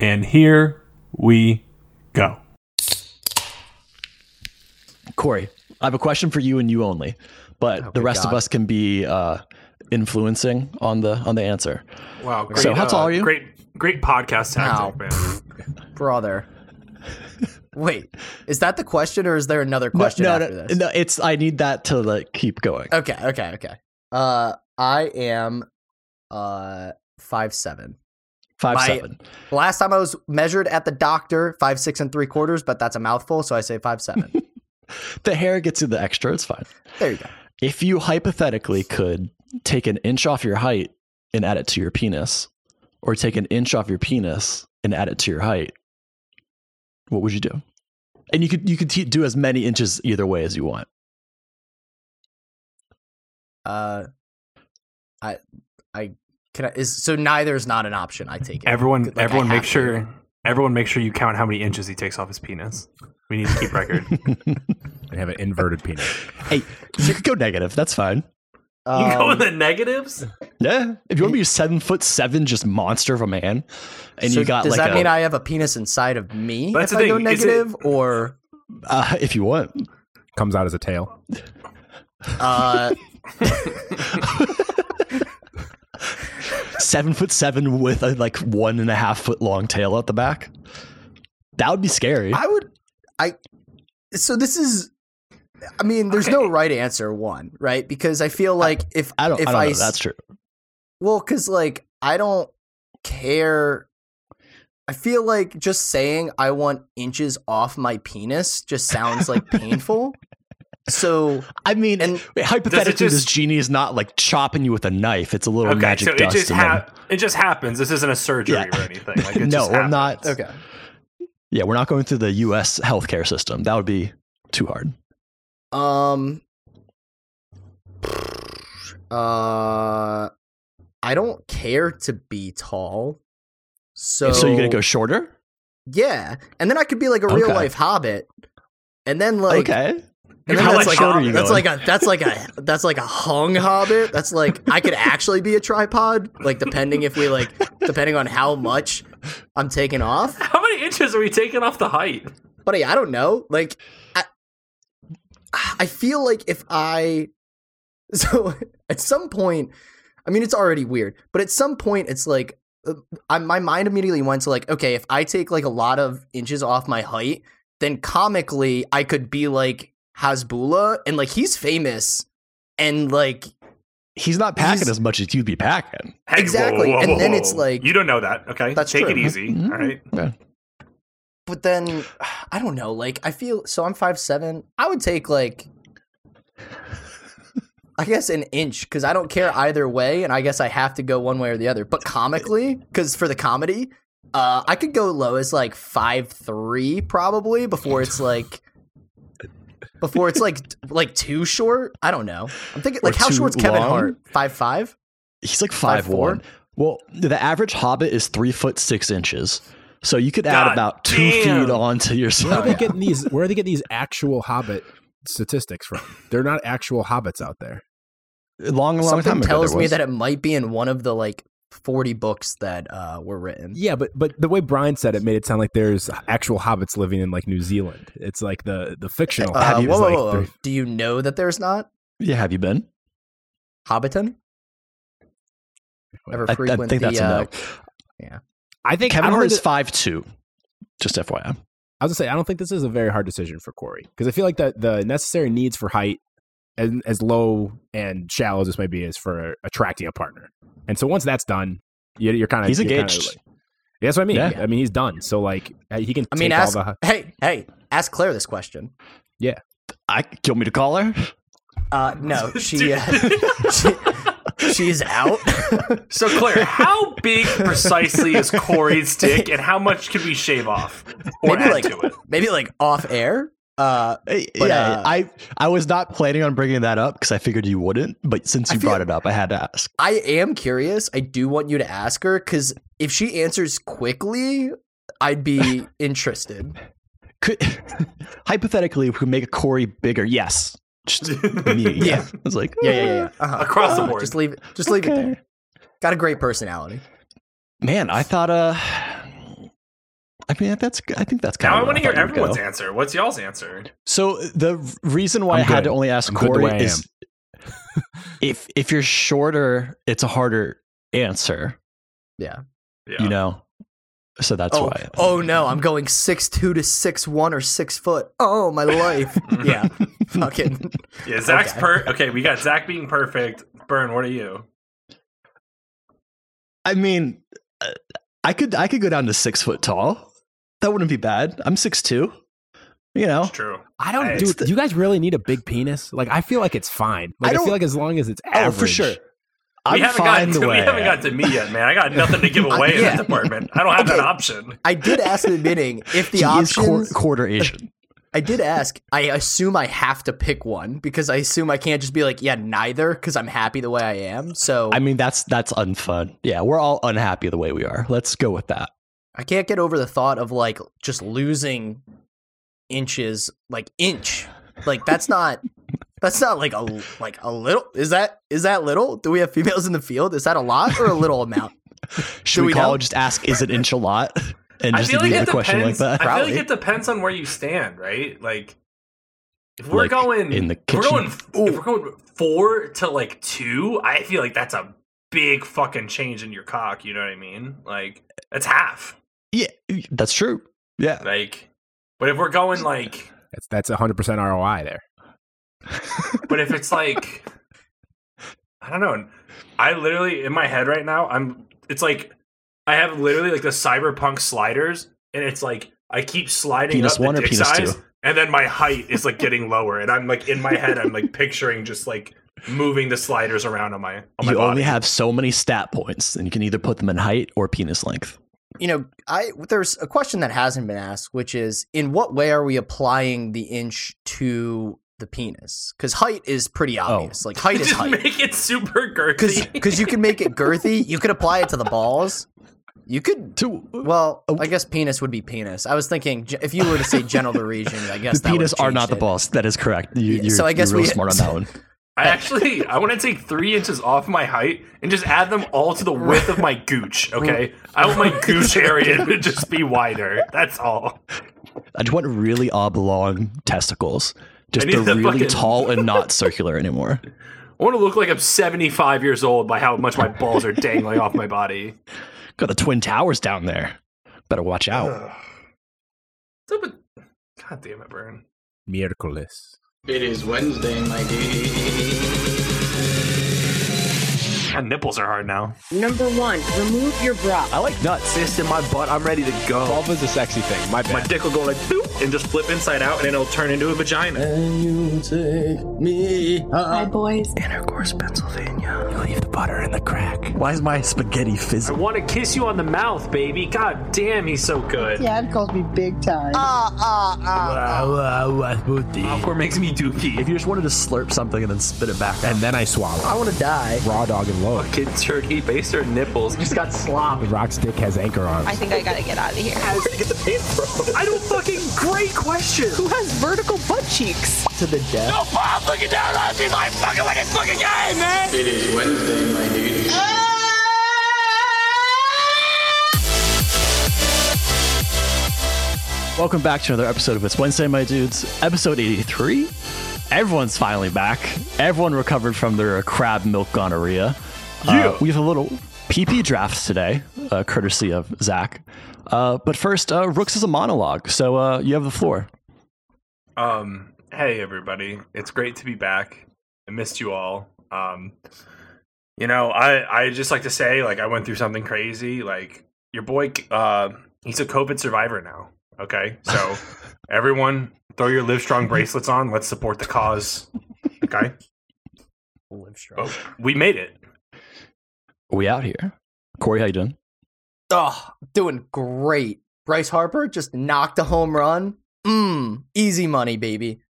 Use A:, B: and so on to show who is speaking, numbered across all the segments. A: And here we go.
B: Corey, I have a question for you and you only, but
C: Oh,
B: the
C: good
B: rest of
C: God.
B: us can be uh, influencing on the on the answer.
D: Wow. Great,
B: So how tall
D: uh,
B: are you?
D: Great, great podcast
C: Wow.
D: tactic, man.
C: brother. Wait, is that the question, or is there another
B: No,
C: question
B: no,
C: after
B: no,
C: this?
B: no, it's I need that to like keep going.
C: Okay, okay, okay. Uh, I am uh five seven.
B: Five
C: my-
B: seven.
C: Last time I was measured at the doctor, five six and three quarters, but that's a mouthful, so I say five seven.
B: The hair gets you the extra. It's fine.
C: there you go.
B: If you hypothetically could take an inch off your height and add it to your penis, or take an inch off your penis and add it to your height, what would you do? And you could you could t- do as many inches either way as you want.
C: Uh, I, I can. I, is so neither is not an option. I take it.
D: Everyone,
C: Like, I
D: everyone,
C: have
D: make
C: to.
D: sure, everyone, make sure you count how many inches he takes off his penis. We need to keep record. you
E: I have an inverted penis.
B: Hey, you could go negative. That's fine.
D: can go
C: Um,
D: with the negatives.
B: Yeah, if you want to be a seven foot seven, just monster of a man, and
C: so
B: you got
C: does
B: like
C: that
B: a,
C: mean I have a penis inside of me?
D: That's
C: if
D: the
C: I go
D: thing, is it-
C: negative, or
B: uh, if you want,
E: Comes out as a tail.
C: uh,
B: seven foot seven with a like one and a half foot long tail at the back. That would be scary.
C: I would. I. So this is. I mean, there's no right answer one, right? Because I feel like if
B: I don't.
C: if
B: I don't know.
C: s-
B: if That's true.
C: well, because like I don't care. I feel like just saying I want inches off my penis just sounds like painful. So
B: I mean,
C: and
B: wait, hypothetically,
D: just-
B: this genie is not like chopping you with a knife. It's a little
D: Okay,
B: magic
D: so it
B: dust.
D: just
B: and then-
D: hap it just happens. This isn't a surgery
B: Yeah.
D: or anything. Like, it
B: no,
D: just
B: we're
D: happens.
B: not.
C: okay,
B: Yeah, we're not going through the U.S. healthcare system. That would be too hard.
C: um, uh, I don't care to be tall. So
B: so you're gonna go shorter?
C: Yeah, and then I could be like a real
B: Okay.
C: life hobbit, and then like,
B: okay.
C: and
D: How
C: then
D: much
C: that's like
D: shorter
B: are you
C: that's
B: going?
C: like a that's like a that's like a hung hobbit. That's like I could actually be a tripod, like depending if we like depending on how much I'm taking off.
D: How many inches are we taking off the height?
C: But yeah, I don't know. Like, I I feel like if I so at some point, I mean it's already weird, but at some point it's like. uh, I, my mind immediately went to like, okay, if I take like a lot of inches off my height, then comically I could be like Hasbullah, and like he's famous, and like
B: He's not packing
C: He's-
B: as much as you'd be packing.
D: Hey,
C: Exactly, and then it's like-
D: you don't know that. Okay,
C: That's
D: take
C: true.
D: it easy.
B: Mhm.
D: All right.
B: Yeah.
C: but then I don't know. Like I feel so I'm five seven. I would take like I guess an inch because I don't care either way, and I guess I have to go one way or the other. But comically, because for the comedy, uh, I could go low as like five three probably before it's like before it's like like too short. I don't know. I'm thinking like how
B: too
C: short's Kevin
B: long?
C: Hart? Five five.
B: He's like
C: Five
B: five,
C: four?
B: one. Well, the average hobbit is three foot six inches. So you could add
D: God
B: about two
D: damn.
B: feet onto
E: Where are
B: yourself.
E: they getting these? Where are they getting these actual hobbit statistics from? They're not actual hobbits out there.
B: Long, long
C: Something
B: time ago.
C: tells
B: there
C: me
B: was.
C: that it might be in one of the like 40 books that uh, were written.
E: Yeah, but but the way Brian said it made it sound like there's actual hobbits living in like New Zealand. It's like the the fictional.
C: Uh,
E: hobbit is
C: whoa,
E: like
C: whoa, whoa.
E: three-
C: Do you know that there's not
B: yeah, have you been?
C: Hobbiton? Ever
B: I, I
C: frequent
B: think
C: the,
B: that's
C: uh,
B: a no.
E: I think I
B: Kevin
E: don't
B: Hart
E: think
B: is
E: that-
B: five two. Just FYI.
E: I was gonna say I don't think this is a very hard decision for Corey because I feel like that the necessary needs for height, and as low and shallow as this may be, is for attracting a partner. And so once that's done, you- you're kind of
B: He's engaged.
E: that's what I mean.
B: Yeah.
E: I mean he's done. So like uh, he can.
C: I mean,
E: take
C: ask
E: all the,
C: hey, hey, ask Claire this question.
B: I do you want me to call her?
C: Uh, no, she,
D: Dude.
C: uh, she she's out.
D: So Claire, how big precisely is Corey's dick, and how much can we shave off or
C: Maybe
D: add
C: like-
D: to it?
C: Maybe like off air. Uh,
B: Hey,
C: But,
B: yeah,
C: uh,
B: I I was not planning on bringing that up because I figured you wouldn't. But since
C: I
B: you
C: feel-
B: brought it up, I had to ask.
C: I am curious. I do want you to ask her because if she answers quickly, I'd be interested.
B: Could hypothetically, if we could make a Corey bigger, yes. Just immediately,
C: Yeah.
B: I was like, "Uh,
C: Yeah, yeah, yeah. yeah. Uh-huh.
D: Across the
C: Uh-huh.
D: board.
C: Just leave it. Just leave it
B: okay.
C: there. Got a great personality.
B: Man, I thought uh I mean, that's I think that's kind
D: Now
B: of
D: I want to hear
B: everyone's
D: everyone's answer. What's y'all's answer?
B: So the reason why
E: I'm
B: i had
E: good.
B: to only ask
E: I'm good the
B: Corey
E: way I
B: is if if you're shorter, it's a harder answer.
D: Yeah.
B: You know, so that's
C: oh,
B: why.
C: oh no, I'm going six two to six one or six foot. Oh my life. yeah, fucking.
D: Yeah, Zach's
C: Okay.
D: per. Okay, we got Zach being perfect. Burn, what are you?
B: I mean, uh, I could I could go down to six foot tall. That wouldn't be bad. I'm six two. You know,
D: It's true.
E: I
D: Hey,
E: don't.
D: it's
E: Dude, do you guys really need a big penis? Like, I feel like it's fine. Like,
B: I
E: I,
B: don't-
E: feel like as long as it's
B: oh
E: average.
B: for sure.
D: We
B: I'm
D: haven't
B: fine
D: gotten
B: the
D: to,
B: way.
D: we haven't
B: I am.
D: got to me yet, man. I got nothing to give away in
C: yeah.
D: that department. I don't have that
C: Okay.
D: option.
C: I did ask the beginning if the
B: he
C: options.
B: is quar- quarter Asian.
C: I did ask. I assume I have to pick one because I assume I can't just be like, yeah, neither, because I'm happy the way I am. So
B: I mean, that's that's unfun. Yeah, we're all unhappy the way we are. Let's go with that.
C: I can't get over the thought of like just losing inches, like inch. Like that's not that's not like a like a little. Is that is that little? Do we have females in the field? Is that a lot or a little amount?
B: Should
C: Do
B: we,
C: we
B: call
C: know?
B: just ask is it inch a lot and
D: I
B: just
D: feel like
B: leave
D: it
B: the question like
D: depends.
B: that?
D: I feel
C: Probably.
D: like it depends on where you stand, right? Like, if we're
B: Like,
D: going
B: in the
D: if we're
B: kitchen?
D: going, if we're going four to like two, I feel like that's a big fucking change in your cock. You know what I mean? Like, that's half.
B: Yeah, that's true. Yeah.
D: Like, but if we're going like,
E: That's that's hundred percent ROI there.
D: but if it's like, I don't know. I literally in my head right now, I'm. It's like I have literally like the cyberpunk sliders, and it's like I keep sliding
B: Penis
D: up the
B: one or
D: dick
B: penis
D: size,
B: two?
D: and then my height is like getting lower, and I'm like in my head, I'm like picturing just like moving the sliders around on my on my
B: you
D: body.
B: only have so many stat points, and you can either put them in height or penis length.
C: You know, I there's a question that hasn't been asked, which is in what way are we applying the inch to the penis? Because height is pretty
B: Oh.
C: obvious. Like height is
D: just
C: height.
D: make it super
C: Because
D: girthy.
C: because you can make it girthy. You could apply it to the balls. You could
B: To
C: Well,
B: Oh.
C: I guess penis would be penis. I was thinking ge- if you were to say genital region, I guess
B: the
C: that
B: penis
C: would've
B: are
C: changed
B: not the
C: it.
B: balls. That is correct. You,
C: Yeah,
B: you're,
C: so I guess
B: you're real
C: we-
B: smart on that one.
D: I actually I want to take three inches off my height and just add them all to the width of my gooch. Okay, I want my gooch area to just be wider. That's all.
B: I just want really oblong testicles. Just
D: need
B: they're
D: the
B: really
D: fucking-
B: tall and not circular anymore.
D: I want to look like I'm 75 years old by how much my balls are dangling off my body.
B: Got the twin towers down there. Better watch out.
D: Ugh. What's up with- God damn it, Burn.
E: Miraculous.
F: It is Wednesday, my dude.
D: My nipples are hard now.
G: Number one, remove your bra.
B: I like nuts.
D: Fist in my butt, I'm ready to go.
E: Vulva's a sexy thing. My
D: My
E: bad.
D: dick will go like boop and just flip inside out and then it'll turn into a vagina.
F: And you take me
H: Hi, boys.
B: Intercourse, Pennsylvania. You leave the butter in the crack. Why is my spaghetti
D: I
B: fizzing?
D: want to kiss you on the mouth, baby. God damn, he's so good.
I: Dad calls me big time.
D: Awkward makes me dookie.
B: If you just wanted to slurp something and then spit it back,
E: And then I swallow.
C: I want to die.
E: Raw dog and low.
D: Kid turkey based her nipples.
I: Just got slopped.
E: The Rock's dick has anchor on.
J: I think I gotta get out of here.
D: I don't fucking. Great question.
J: Who has vertical butt cheeks?
C: To the death.
F: It is Wednesday, my dude.
B: Welcome back to another episode of It's Wednesday, my dudes. Episode 83. Everyone's finally back. Everyone recovered from their uh, crab milk gonorrhea. Yeah. we have a little PP draft today, uh, courtesy of Zach. Uh, but first, uh, Rooks is a monologue, so uh, you have the floor.
D: Um, hey everybody, it's great to be back. I missed you all. Um, you know, I I just like to say like I went through something crazy. Like your boy, uh, he's a COVID survivor now. Okay, so everyone, throw your Livestrong bracelets on. Let's support the cause. Okay,
C: Live strong.
D: oh, we made it.
B: Are we out here? Corey, how you doing?
C: Oh, doing great. Bryce Harper just knocked a home run. Mmm, easy money, baby.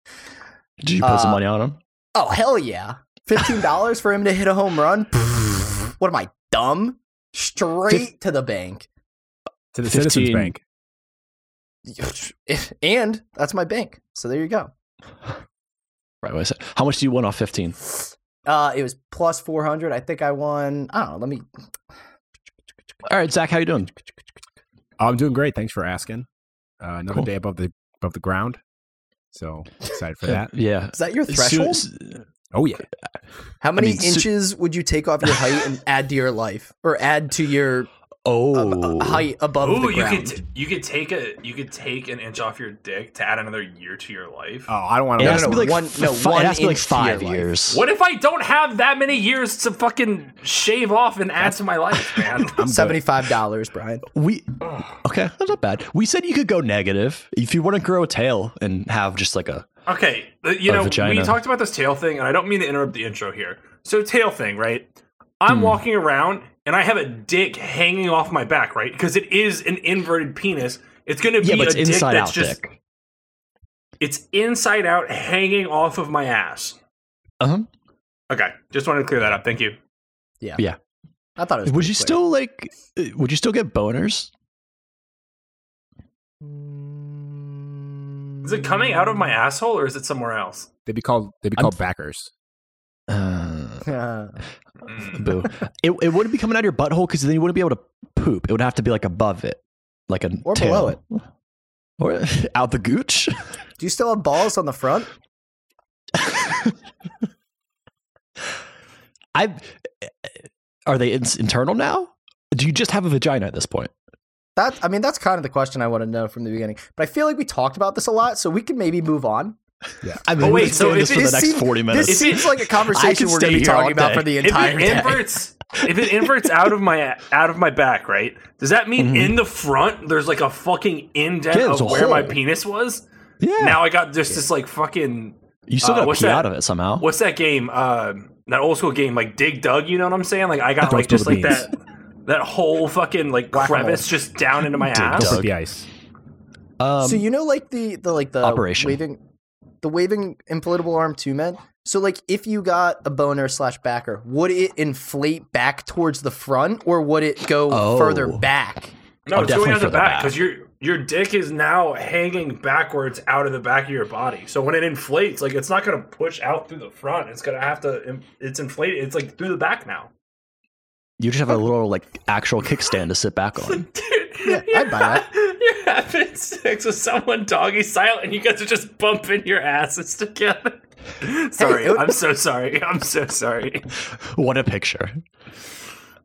B: Did you put some
C: Uh,
B: money on him?
C: Oh hell yeah! Fifteen dollars for him to hit a home run. Pfft, what am I dumb? Straight to the bank.
E: to the
B: 15.
E: Citizens Bank.
C: And that's my bank. So there you go.
B: Right, what I said. How much do you want off 15?
C: Uh, it was plus four hundred. I think I won. I don't know. Let me
B: All right, Zach, how you doing?
E: I'm doing great. Thanks for asking. Uh, another
B: Cool.
E: day above the above the ground. So excited for that.
B: Yeah.
C: Is that your
B: Soon-
C: threshold?
B: s-
E: Oh yeah.
C: How many
B: mean, so-
C: inches would you take off your height and add to your life, or add to your
D: Uh,
B: Oh,
C: ab- height above
D: Ooh,
C: the
D: you
C: ground?
D: could t- you could take a you could take an inch off your dick to add another year to your life.
E: Oh, I don't want
B: It
E: to.
B: has
C: no,
B: to be
C: no,
B: like
C: one-
B: f-
C: no,
B: fi-
C: one
B: it has to be like
C: inch to your
B: five
C: life.
B: years.
D: What if I don't have that many years to fucking shave off and add to my life, man?
C: Seventy-five dollars, Brian.
B: We okay, that's not bad. We said you could go negative if you want to grow a tail and have just like a
D: okay, uh, you
B: A
D: know
B: vagina.
D: we talked about this tail thing, and I don't mean to interrupt the intro here. So tail thing, right? I'm
B: Hmm.
D: walking around and I have a dick hanging off my back, right? Because it is an inverted penis. It's going to be
B: yeah, but
D: a
B: it's
D: dick
B: inside
D: that's
B: out
D: just
B: dick.
D: it's inside out, hanging off of my ass.
B: Uh huh.
D: Okay, just wanted to clear that up. Thank you.
C: I thought it was.
B: Would
C: pretty
B: you
C: clear.
B: still like? uh, Would you still get boners?
D: Is it coming out of my asshole or is it somewhere else?
E: They'd be called. They'd be
B: I'm-
E: called backers.
B: Uh,
C: Uh,
D: Mm.
B: boo. it it wouldn't be coming out of your butthole because then you wouldn't be able to poop. It would have to be like above it, like a
C: Or
B: tail.
C: below it.
B: or out the gooch.
C: do you still have balls on the front?
B: I eh, are they in, internal now? Do you just have a vagina at this point?
C: That I mean, that's kind of the question I want to know from the beginning. But I feel like we talked about this a lot, so we can maybe move on.
B: I mean,
D: Oh, wait,
B: we could
D: so
B: stay on
D: if
B: this for the
D: it-
B: next
C: seemed-
B: forty minutes.
C: This seems like a conversation we're going
B: stay
C: to be
B: here all
C: talking about
B: day.
C: for the
D: if
C: entire
D: it
C: day.
D: inverts if it inverts out of my out of my back right does that mean
B: Mhm.
D: in the front there's like a fucking indent
B: Yeah,
D: of
B: there's a
D: where my
B: hole.
D: penis was
B: yeah,
D: now i got just this like fucking
B: you still
D: uh,
B: got to
D: what's
B: pee
D: that?
B: out of it somehow.
D: what's that game uh, that old school game like dig dug you know what i'm saying like i got
E: Don't
D: like
E: spill
D: just
E: the
D: like that that whole fucking like crevice just down into my
E: Don't
D: ass
E: break the ice.
B: Um,
C: so you know, like the the like the
B: Operation.
C: waving, the waving inflatable arm two men. So like, if you got a boner slash backer, would it inflate back towards the front, or would it go
B: Oh.
C: further back?
D: no
B: Oh,
D: it's going
B: definitely
D: out the
B: for the
D: back
B: back.
D: because your your dick is now hanging backwards out of the back of your body so when it inflates like it's not going to push out through the front it's going to have to im- it's inflated it's like through the back now
B: You just have a little like actual kickstand to sit back on.
D: Dude,
C: Yeah, I'd buy that.
D: You're having sex with someone doggy style, and you guys are just bumping your asses together. Sorry,
C: it would-
D: I'm so sorry. I'm so sorry.
B: what a picture!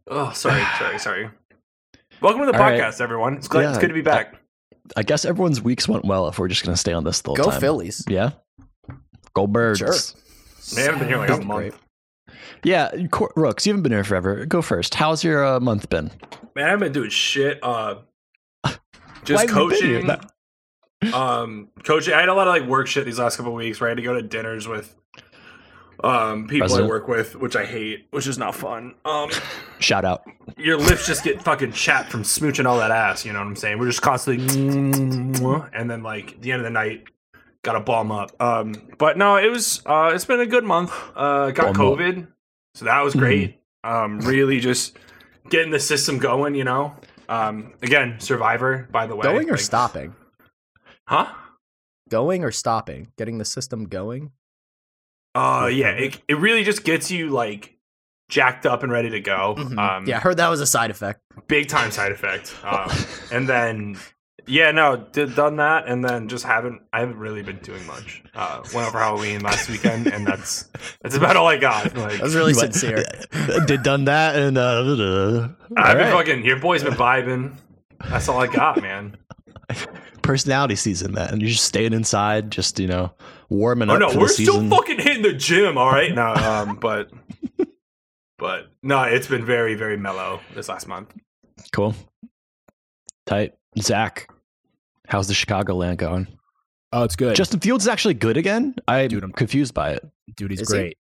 D: Oh, sorry, sorry, sorry. Welcome to the
B: All right.
D: podcast, everyone. It's good, it's
B: Yeah.
D: good to be back.
B: I guess everyone's weeks went well if we're just gonna stay on this the whole
C: Go
B: time.
C: Phillies.
B: Yeah, go birds.
C: Sure.
D: Man, I haven't been here in like a month.
B: Yeah, Cor- Rooks, you haven't been here forever. Go first. How's your uh, month been?
D: Man, I've been doing shit. Uh,
B: Why
D: just
B: haven't you been here?
D: coaching. um coaching i had a lot of like work shit these last couple of weeks where i had to go to dinners with um people i
B: President.
D: work with which i hate which is not fun um
B: Shout out.
D: your lips just get fucking chapped from smooching all that ass you know what i'm saying we're just constantly and then like at the end of the night gotta balm up um but no it was uh it's been a good month uh got
B: Balm up.
D: covid so that
C: Mm-hmm.
D: was great um really just getting the system going you know um again survivor by the way
C: Going or
D: Like-
C: stopping?
D: huh
C: Going or stopping? Getting the system going.
D: Uh yeah, it, it really just gets you like jacked up and ready to go. Um
C: Mm-hmm. yeah, I heard that was a side effect.
D: big time side effect. Um and then yeah, no, did done that and then just haven't I haven't really been doing much. Uh went out for Halloween last weekend and that's that's about all I got. Like
C: That was really
B: You went-
C: sincere.
B: Did done that and uh,
D: I've been
B: all right.
D: fucking your boy's been vibing. That's all I got, man.
B: personality season that, and you're just staying inside, just you know, warming
D: Oh
B: up.
D: no,
B: for
D: we're
B: the
D: still
B: season.
D: fucking hitting the gym, all right? No, um but but no, it's been very, very mellow this last month.
B: cool. Tight, Zach. How's the Chicagoland going?
E: Oh, it's good.
B: Justin Fields is actually good again. I'm
E: Dude, I'm-
B: confused by it.
E: dude, he's
C: Is he?
E: great.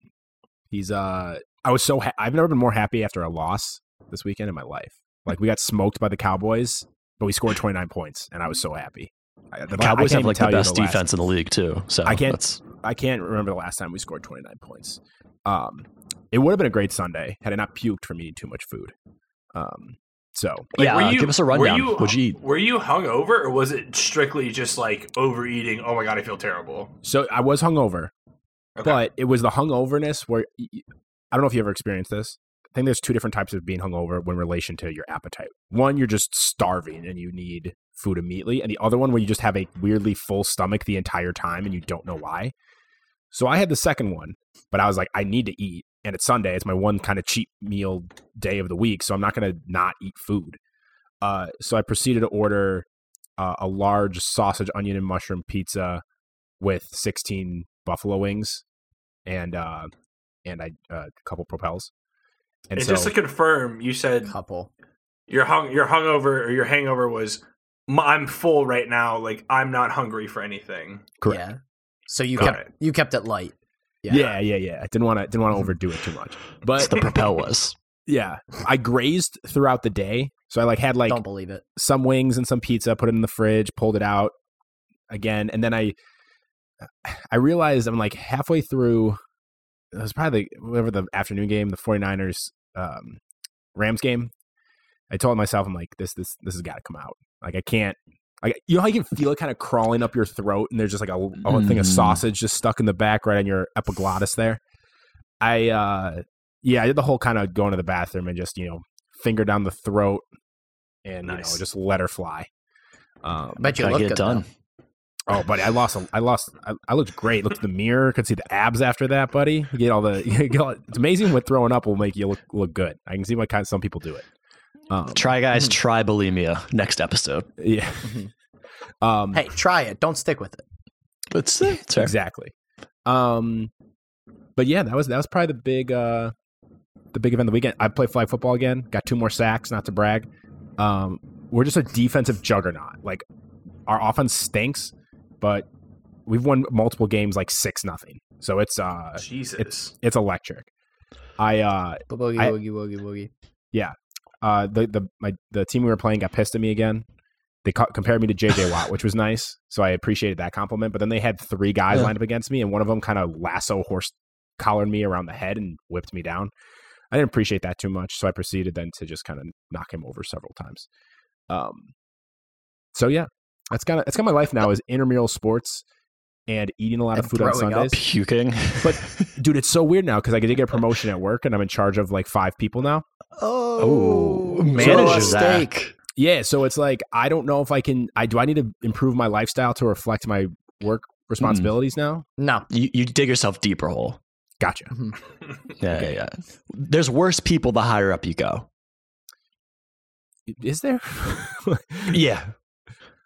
E: He's uh, I was so ha- I've never been more happy after a loss this weekend in my life. Like we got smoked by the Cowboys, but we scored 29 points, and I was so happy. I- the- I
B: Cowboys have
E: can't even
B: like the
E: tell you
B: best
E: last-
B: defense in the league too. So
E: I can't-
B: that's-
E: I can't remember the last time we scored 29 points. Um, it would have been a great Sunday had I not puked from eating too much food. Um, so
D: Like,
B: yeah,
D: were
B: uh,
D: you-
B: give us a rundown.
D: Were you,
B: What'd you eat?
E: uh,
D: Were you hungover, or was it strictly just like overeating? Oh my god, I feel terrible.
E: So I was hungover,
D: Okay.
E: but it was the hungoverness where I don't know if you ever experienced this. I think there's two different types of being hungover when relation to your appetite. One, you're just starving and you need food immediately, and the other one where you just have a weirdly full stomach the entire time and you don't know why. So I had the second one, but I was like, I need to eat, and it's Sunday. It's my one kind of cheap meal day of the week, so I'm not going to not eat food. Uh, so I proceeded to order uh, a large sausage, onion, and mushroom pizza with 16 buffalo wings and uh, and I uh, a couple propels. And
D: And
E: so,
D: just to confirm, you said
C: Couple.
D: your hung your hungover or your hangover was "M- I'm full right now. Like I'm not hungry for anything.
E: Correct.
C: Yeah. So you
D: Got
C: kept you kept it light.
E: yeah. yeah, yeah, I didn't want to didn't want to overdo it too much,
B: That's
E: but
B: the propel was.
E: yeah, I grazed throughout the day, so I like had like
C: Don't believe it.
E: some wings and some pizza, put it in the fridge, pulled it out again, and then I I realized I'm like halfway through it was probably whatever the afternoon game, the 49ers um Rams game. I told myself I'm like this this this has got to come out. Like I can't like you know how you can feel it kind of crawling up your throat and there's just like a, a thing
B: Mm.
E: of sausage just stuck in the back right on your epiglottis there. I uh yeah, I did the whole kind of going to the bathroom and just, you know, finger down the throat and you
D: Nice.
E: know, just let her fly. Um,
C: I bet you
B: Gotta
C: look
B: get it
C: good,
B: done.
C: though.
E: Oh, buddy, I lost. A, I lost. I, I looked great. Looked in the mirror. Could see the abs after that, buddy. You get all the. You get all, it's amazing what throwing up will make you look look good. I can see why kind of some people do it. Um,
B: Try guys, try bulimia next episode.
E: yeah. Um,
C: Hey, try it. Don't stick with it.
B: It's, it's fair.
E: exactly. Um, but yeah, that was that was probably the big uh, the big event of the weekend. I played flag football again. Got two more sacks. Not to brag. Um, we're just a defensive juggernaut. Like our offense stinks, but we've won multiple games like six nothing. So it's uh,
D: Jesus.
E: it's electric. I uh
C: Boogie
E: I-
C: woogie woogie woogie.
E: uh the the my the team we were playing got pissed at me again. They co- compared me to JJ Watt, which was nice, so I appreciated that compliment. But then they had three guys
B: Yeah.
E: lined up against me, and one of them kind of lasso horse collared me around the head and whipped me down. I didn't appreciate that too much, so I proceeded then to just kind of knock him over several times. Um, so yeah, that's kind of that's kind of my life now is intramural sports and eating a lot
C: And
E: of food on
C: throwing up.
E: Sundays.
B: Puking.
E: But- dude it's so weird now because i did get a promotion at work and i'm in charge of like five people now
B: oh, manager
C: manager
B: Zach.
E: yeah so it's like i don't know if i can i do i need to improve my lifestyle to reflect my work
B: Mm.
E: responsibilities now
C: No.
B: You, you dig yourself deeper hole.
E: gotcha
B: Yeah, yeah, yeah. There's worse people the higher up you go.
E: is there
B: Yeah.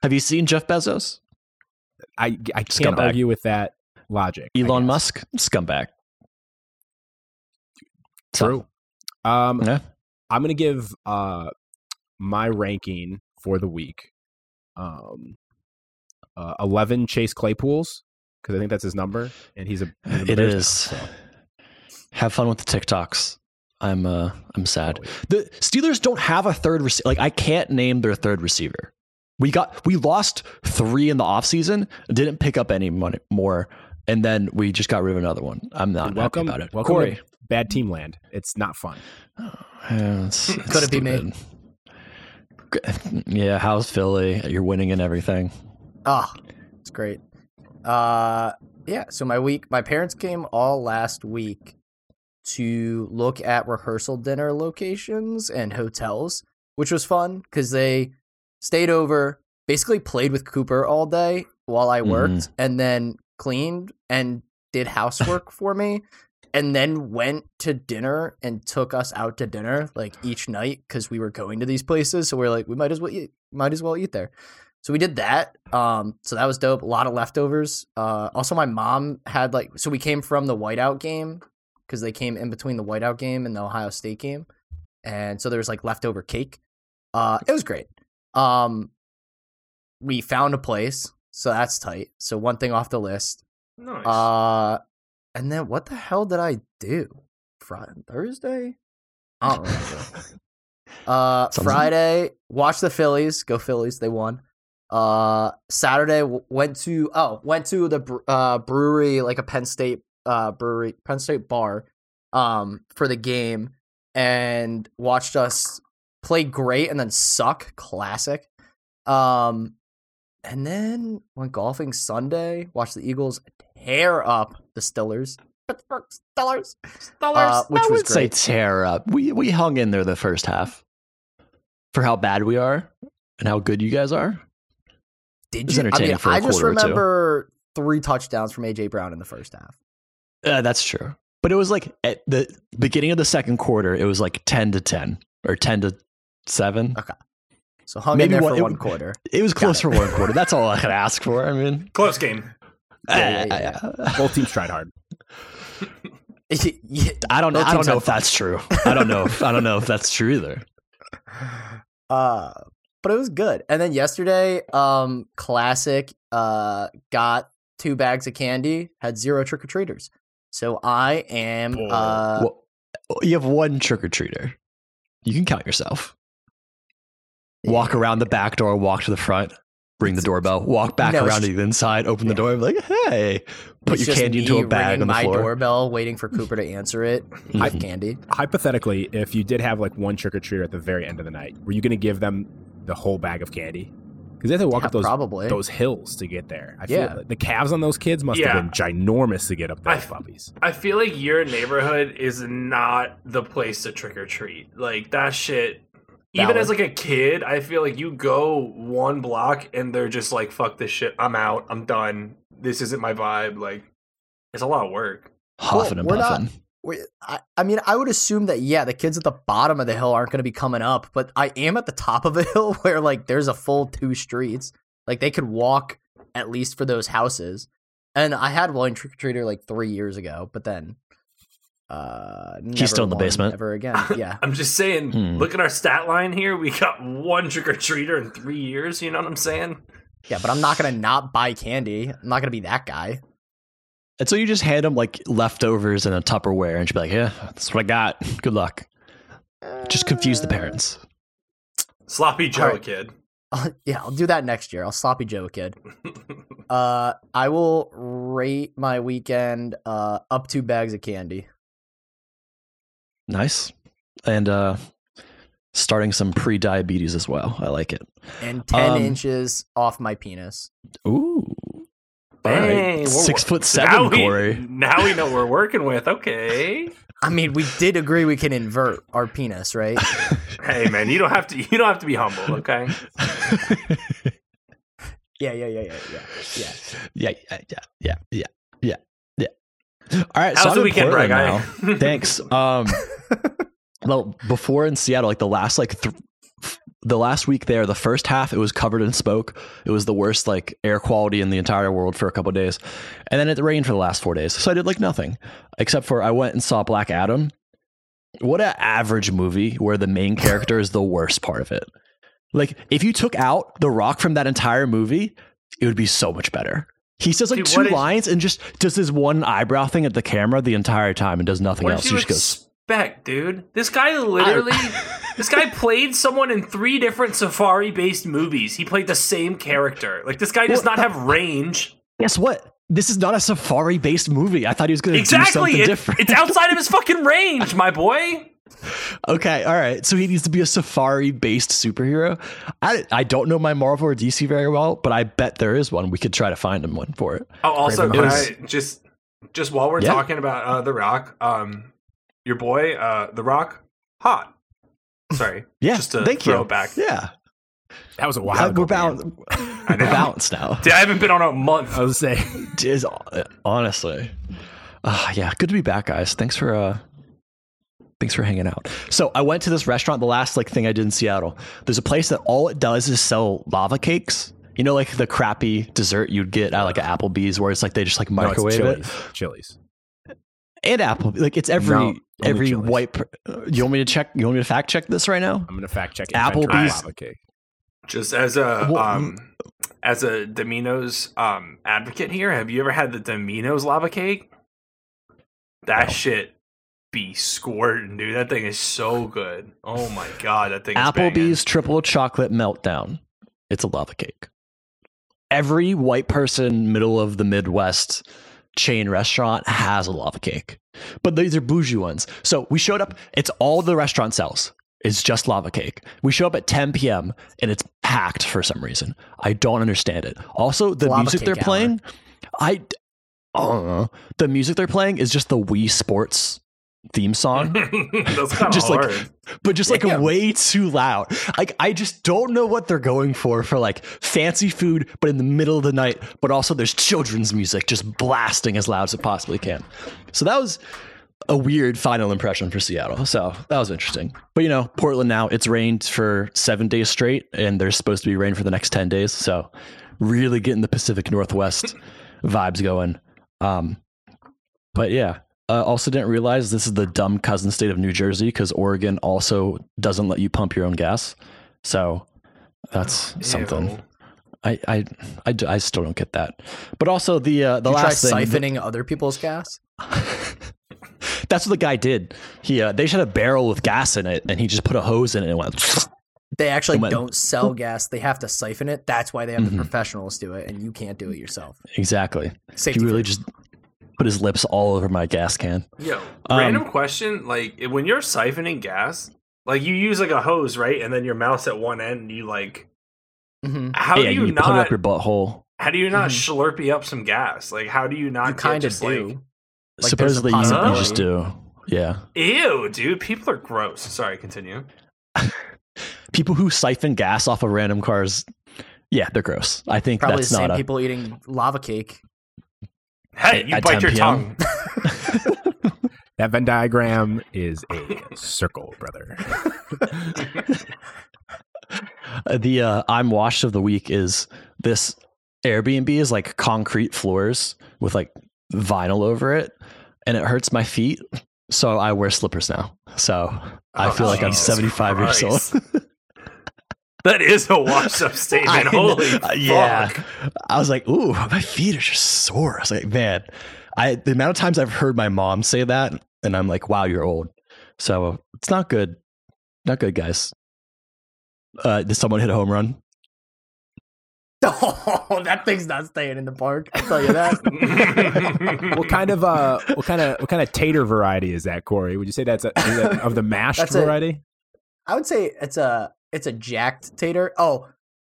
B: Have you seen Jeff Bezos?
E: i i can't
B: Scumbag.
E: argue with that logic I
B: Elon
E: guess.
B: Musk? Scumbag.
E: true um
B: Yeah.
E: i'm gonna give uh my ranking for the week um uh, 11 chase claypools because i think that's his number and he's a he's a
B: It
E: Bears
B: is.
E: now, so.
B: Have fun with the TikToks. I'm uh I'm sad. The Steelers don't have a third receiver. Like I can't name their third receiver. We got we lost three in the offseason, didn't pick up any money more, and then we just got rid of another one. I'm not
E: welcome
B: happy about it.
E: welcome
B: Corey.
E: to bad team land it's not fun
B: Yeah, it's- it's
C: Could it be me?
B: stupid. Yeah, how's Philly? You're winning and everything.
C: Ah, it's great. Uh, yeah. So my week, my parents came all last week to look at rehearsal dinner locations and hotels, which was fun because they stayed over, basically played with Cooper all day while I worked, and then cleaned and did housework for me. And then went to dinner and took us out to dinner like each night because we were going to these places. So we are like, we might as well eat, might as well eat there. So we did that. Um, so that was dope. A lot of leftovers. Uh, also, my mom had like, so we came from the whiteout game because they came in between the whiteout game and the Ohio State game, and so there was like leftover cake. Uh, it was great. Um, we found a place, so that's tight. So one thing off the list.
D: nice.
C: Uh, and then what the hell did I do? Friday, Thursday? I don't remember. Uh,
B: Sounds-
C: Friday, watch the Phillies. Go Phillies! They won. Uh, Saturday w- went to oh went to the br- uh, brewery like a Penn State uh, brewery Penn State bar um for the game and watched us play great and then suck classic. Um, and then went golfing Sunday. Watched the Eagles tear up the Stillers. Pittsburgh Steelers. Steelers.
B: Uh, which
C: that
B: would
C: was
B: say
C: great.
B: tear up. We we hung in there the first half for how bad we are and how good you guys are.
C: Did
B: was
C: you? I
B: entertaining
C: mean,
B: for a
C: I just
B: quarter or two.
C: remember three touchdowns from AJ Brown in the first half.
B: Uh, that's true. But it was like at the beginning of the second quarter, it was like ten to ten or ten to seven.
C: So hung
B: Maybe
C: in there
B: one-
C: for
B: it-
C: one quarter.
B: It was close
C: it.
B: for one quarter. That's all I could ask for. I mean,
D: Close game.
C: Yeah, yeah,
E: Both teams tried hard.
C: Yeah.
B: I don't. know.
C: Both
B: I don't
C: teams
B: know
C: had
B: if that's true. I don't know. If, I don't know if that's true either.
C: uh, but it was good. And then yesterday, um, classic uh, got two bags of candy, had zero trick or treaters. So I am.
D: Boy.
C: Uh,
B: well, oh, you have one trick or treater. You can count yourself. Walk around the back door, walk to the front, ring the doorbell, walk back
C: No, it's
B: around to
C: ju-
B: the inside, open the door, be like, hey, put
C: it's
B: your
C: just
B: candy into a
C: me
B: bag
C: ringing
B: on the
C: my
B: floor. Mm-hmm.
C: doorbell, waiting for Cooper to answer it. I have candy.
E: Hypothetically, if you did have like one trick or treater at the very end of the night, were you going to give them the whole bag of candy? Because they have to walk
C: Yeah,
E: up those
C: probably.
E: those hills to get there. I
C: Yeah.
E: feel like the calves on those kids must
D: Yeah.
E: have been ginormous to get up there,
D: I-
E: puppies.
D: I feel like your neighborhood is not the place to trick or treat. Like that shit. Even
C: Valid.
D: as like a kid, I feel like you go one block and they're just like, "Fuck this shit. I'm out. I'm done. This isn't my vibe." Like, it's a lot of work.
B: Huffing and
C: Well, we're not-
B: puffing.
C: We- I, I mean, I would assume that yeah, the kids at the bottom of the hill aren't going to be coming up, but I am at the top of a hill where like there's a full two streets. Like they could walk at least for those houses. And I had one trick or treater like three years ago, but then uh, never
B: still in the
C: one
B: basement.
C: ever again. Yeah,
D: I'm just saying.
B: Hmm.
D: Look at our stat line here. We got one trick or treater in three years. You know what I'm saying?
C: yeah, but I'm not going to not buy candy. I'm not going to be that guy.
B: And so you just hand them like leftovers in a Tupperware and she'd be like, yeah, that's what I got. Good luck. Just confuse
C: Uh.
B: the parents.
D: Sloppy Joe,
C: Alright.
D: kid.
C: yeah, I'll do that next year. I'll sloppy Joe a kid. uh, I will rate my weekend uh, up two bags of candy.
B: Nice. And uh, starting some pre diabetes as well. I like it.
C: and 10
B: Um,
C: inches off my penis.
B: Ooh. All right.
D: Dang, we're
B: Six
D: wor-
B: foot
D: now
B: seven,
D: we,
B: Corey.
D: now we know we're working with. Okay.
C: I mean, we did agree we can invert our penis, right?
D: Hey man, you don't have to. You don't have to be humble. Okay.
C: Yeah, yeah, yeah, yeah, yeah. yeah.
B: yeah, yeah, yeah, yeah, yeah, yeah. All right,
D: How's
B: so I'm
D: the
B: in
D: weekend,
B: Portland
D: Brad?
B: now.
D: guy?
B: Thanks. Um, well, before in Seattle, like the last like th- the last week there, the first half it was covered in smoke. It was the worst like air quality in the entire world for a couple of days, and then it rained for the last four days. So I did like nothing except for I went and saw Black Adam. What an average movie where the main character is the worst part of it. Like if you took out The Rock from that entire movie, it would be so much better. He says like
D: Dude,
B: two
D: what is-
B: lines and just does this one eyebrow thing at the camera the entire time and does nothing
D: What
B: else.
D: did
B: He
D: you
B: just goes,
D: expect, dude? This guy literally, this guy played someone in three different safari-based movies. He played the same character. Like this guy does not have range.
B: guess what? This is not a safari based movie. I thought he was going to do
D: Exactly,
B: something
D: it-
B: different.
D: it's outside of his fucking range, my boy.
B: okay, all right. So he needs to be a safari based superhero. I, I don't know my Marvel or DC very well, but I bet there is one. We could try to find him one for it.
D: Oh, also, can
B: Raven Hood.
D: I just just while we're
B: Yeah.
D: talking about uh, the Rock, um, your boy, uh, the Rock, hot. Sorry,
B: Yeah,
D: just to
B: thank
D: throw
B: you.
D: it back.
B: Yeah,
E: That was a
B: Uh,
E: wild.
B: we're,
E: couple years.
B: balanced. we're balanced now.
D: Dude, I haven't been on a month.
E: I
B: Uh,
E: was saying,
B: Jeez, hon- honestly Ah, yeah good to be back guys thanks for uh thanks for hanging out so i went to this restaurant the last like thing i did in seattle there's a place that all it does is sell lava cakes you know like the crappy dessert you'd get at like an applebee's where it's like they just like
E: no, it's
B: microwave it
E: Chili's. Chili's.
B: and apple like it's every
E: No, only
B: every
E: Chili's.
B: white per- uh, you want me to check you want me to fact check this right now
E: I'm gonna fact check it.
B: Applebee's-
E: lava cake.
D: Just as a
B: Well, mm.
D: um, as a Domino's um advocate here, have you ever had the Domino's lava cake? That shit be squirting, dude. That thing is so good. Oh my god, that thing.
B: Applebee's
D: Is
B: triple chocolate meltdown. It's a lava cake. Every white person, middle of the Midwest chain restaurant has a lava cake, but these are bougie ones. So we showed up. It's all the restaurant sells. It's just lava cake. We show up at 10 p.m. and it's packed for some reason. I don't understand it. Also, the
C: Lava
B: music
C: cake
B: they're
C: hour.
B: playing, I uh, the music they're playing is just the Wii Sports theme song,
D: That's kind of
B: Just like-
D: hard.
B: but just like
C: Damn.
B: way too loud. Like I just don't know what they're going for for like fancy food, but in the middle of the night. But also there's children's music just blasting as loud as it possibly can. So that was a weird final impression for Seattle. So that was interesting. But you know, Portland now it's rained for seven days straight, and there's supposed to be rain for the next ten days. So really getting the Pacific Northwest vibes going. Um, but yeah, uh, also didn't realize this is the dumb cousin state of New Jersey because Oregon also doesn't let you pump your own gas. So that's
C: Oh,
B: something. I, I, I, d- I still don't get that. But also the uh, the
C: you try
B: last thing. the-
C: siphoning other people's gas.
B: that's what the guy did. He uh, they just had a barrel with gas in it, and he just put a hose in it and went.
C: They actually
B: Come on.
C: don't sell gas; they have to siphon it. That's why they have
B: Mhm.
C: the professionals do it, and you can't do it yourself.
B: Exactly.
C: Safety.
B: he really
C: first.
B: just put his lips all over my gas can.
D: Yo,
B: Um,
D: random question. Like when you're siphoning gas, like you use like a hose, right? And then your mouth's at one end. And you like
C: Mhm.
D: how
B: yeah,
D: do you,
B: you
D: not?
B: put it up your Mm-hmm. butthole.
D: how do you not slurpy up some gas? Like how do you not?
C: you
D: get
C: kind of
D: just,
C: do.
D: Like,
C: there's a
B: Supposedly, you, you
D: possibility.
B: just do. Yeah.
D: Ew, dude. People are gross. Sorry, continue.
B: people who siphon gas off of random cars, yeah, they're gross. I think
C: Probably
B: that's
C: the same
B: not a.
C: people eating lava cake.
D: Hey,
B: At-
D: you
B: at
D: bite
B: 10
D: your
B: PM?
D: tongue.
E: That Venn diagram is a circle, brother.
B: Uh, The uh, I'm washed of the week is this Airbnb is like concrete floors with like vinyl over it, and it hurts my feet. So I wear slippers now. So I
D: Oh,
B: feel like I'm
D: Jesus
B: 75 years
D: Christ. that is a wash-up
B: old.
D: statement.
B: I-
D: Holy
B: uh, yeah.
D: fuck.
B: I was like, ooh, my feet are just sore. I was like, man, I the amount of times I've heard my mom say that, and I'm like, wow, you're old. So it's not good. Not good, guys. Uh, did someone hit a home run?
C: Oh, that thing's not staying in the park. I'll tell you that.
E: what kind of uh, what kind of what kind of tater variety is that, Corey? Would you say that's a, is that of the mashed
C: That's a-
E: variety?
C: I would say it's a it's a jacked tater. Oh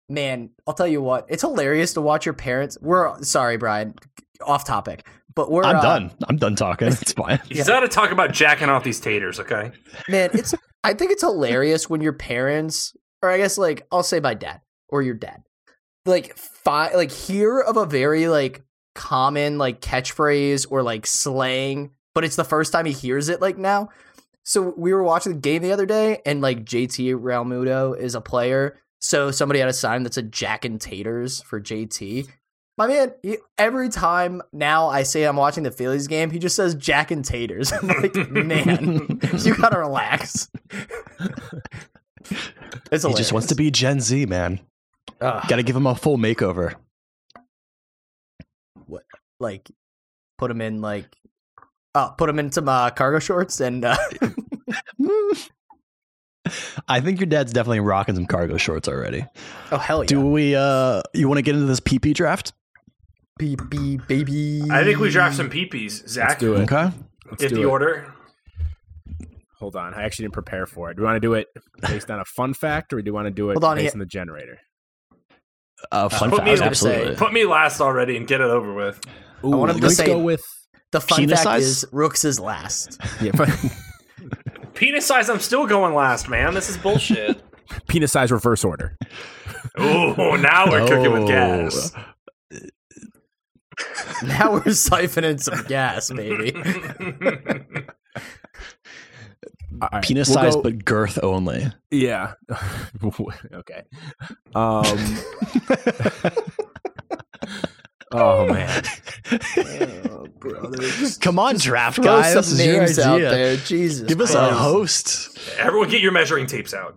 C: man, I'll tell you what, it's hilarious to watch your parents. We're sorry, Brian, off topic, but we're
B: I'm
C: uh,
B: done. I'm done talking. It's fine.
D: He's got to talk about jacking off these taters, okay?
C: Man, it's I think it's hilarious when your parents, or I guess like I'll say my dad or your dad, like fi- like hear of a very like common like catchphrase or like slang, but it's the first time he hears it like now. So we were watching the game the other day, and like JT Realmuto is a player, so somebody had a sign that said Jack and Taters for JT. My man, he- every time now I say I'm watching the Phillies game, he just says Jack and Taters. I'm like, man, you gotta relax. It's
B: He just wants to be Gen Z, man. Got to give him a full makeover.
C: like put him in like oh put him in some uh, cargo shorts and uh,
B: I think your dad's definitely rocking some cargo shorts already.
C: oh hell yeah,
B: Do we? uh You want to get into this PP draft?
C: Pee, pee, baby.
D: I think we draft some peepees. Zach,
E: Let's do it.
B: Okay.
E: Let's
D: get
E: do
D: the
E: it.
D: order.
E: Hold on, I actually didn't prepare for it. Do we want to do it based on a fun fact, or do we want to do it
C: Hold on,
E: based
C: he-
E: on the generator?
B: Uh, fun
D: put me
B: fact.
D: in-
B: Absolutely.
D: Put me last already and get it over with.
E: Ooh,
C: wanted to
E: let's
C: say-
E: go with
C: the fun
B: Penis
C: fact
B: size?
C: is Rooks is last.
E: yeah,
D: Penis size, I'm still going last, man. This is bullshit.
E: penis size reverse order.
D: Ooh, now we're cooking
B: Oh.
D: with gas.
C: now we're siphoning some gas, baby.
E: All right,
B: Penis
E: we'll
B: size,
E: go-
B: but girth only.
E: yeah. okay. Um. oh man.
B: Come on, draft
C: Throw
B: guy. This
C: some
B: is your
C: names out
B: idea.
C: there, Jesus.
B: Give us a
C: Christ.
B: host.
D: Everyone, get your measuring tapes out.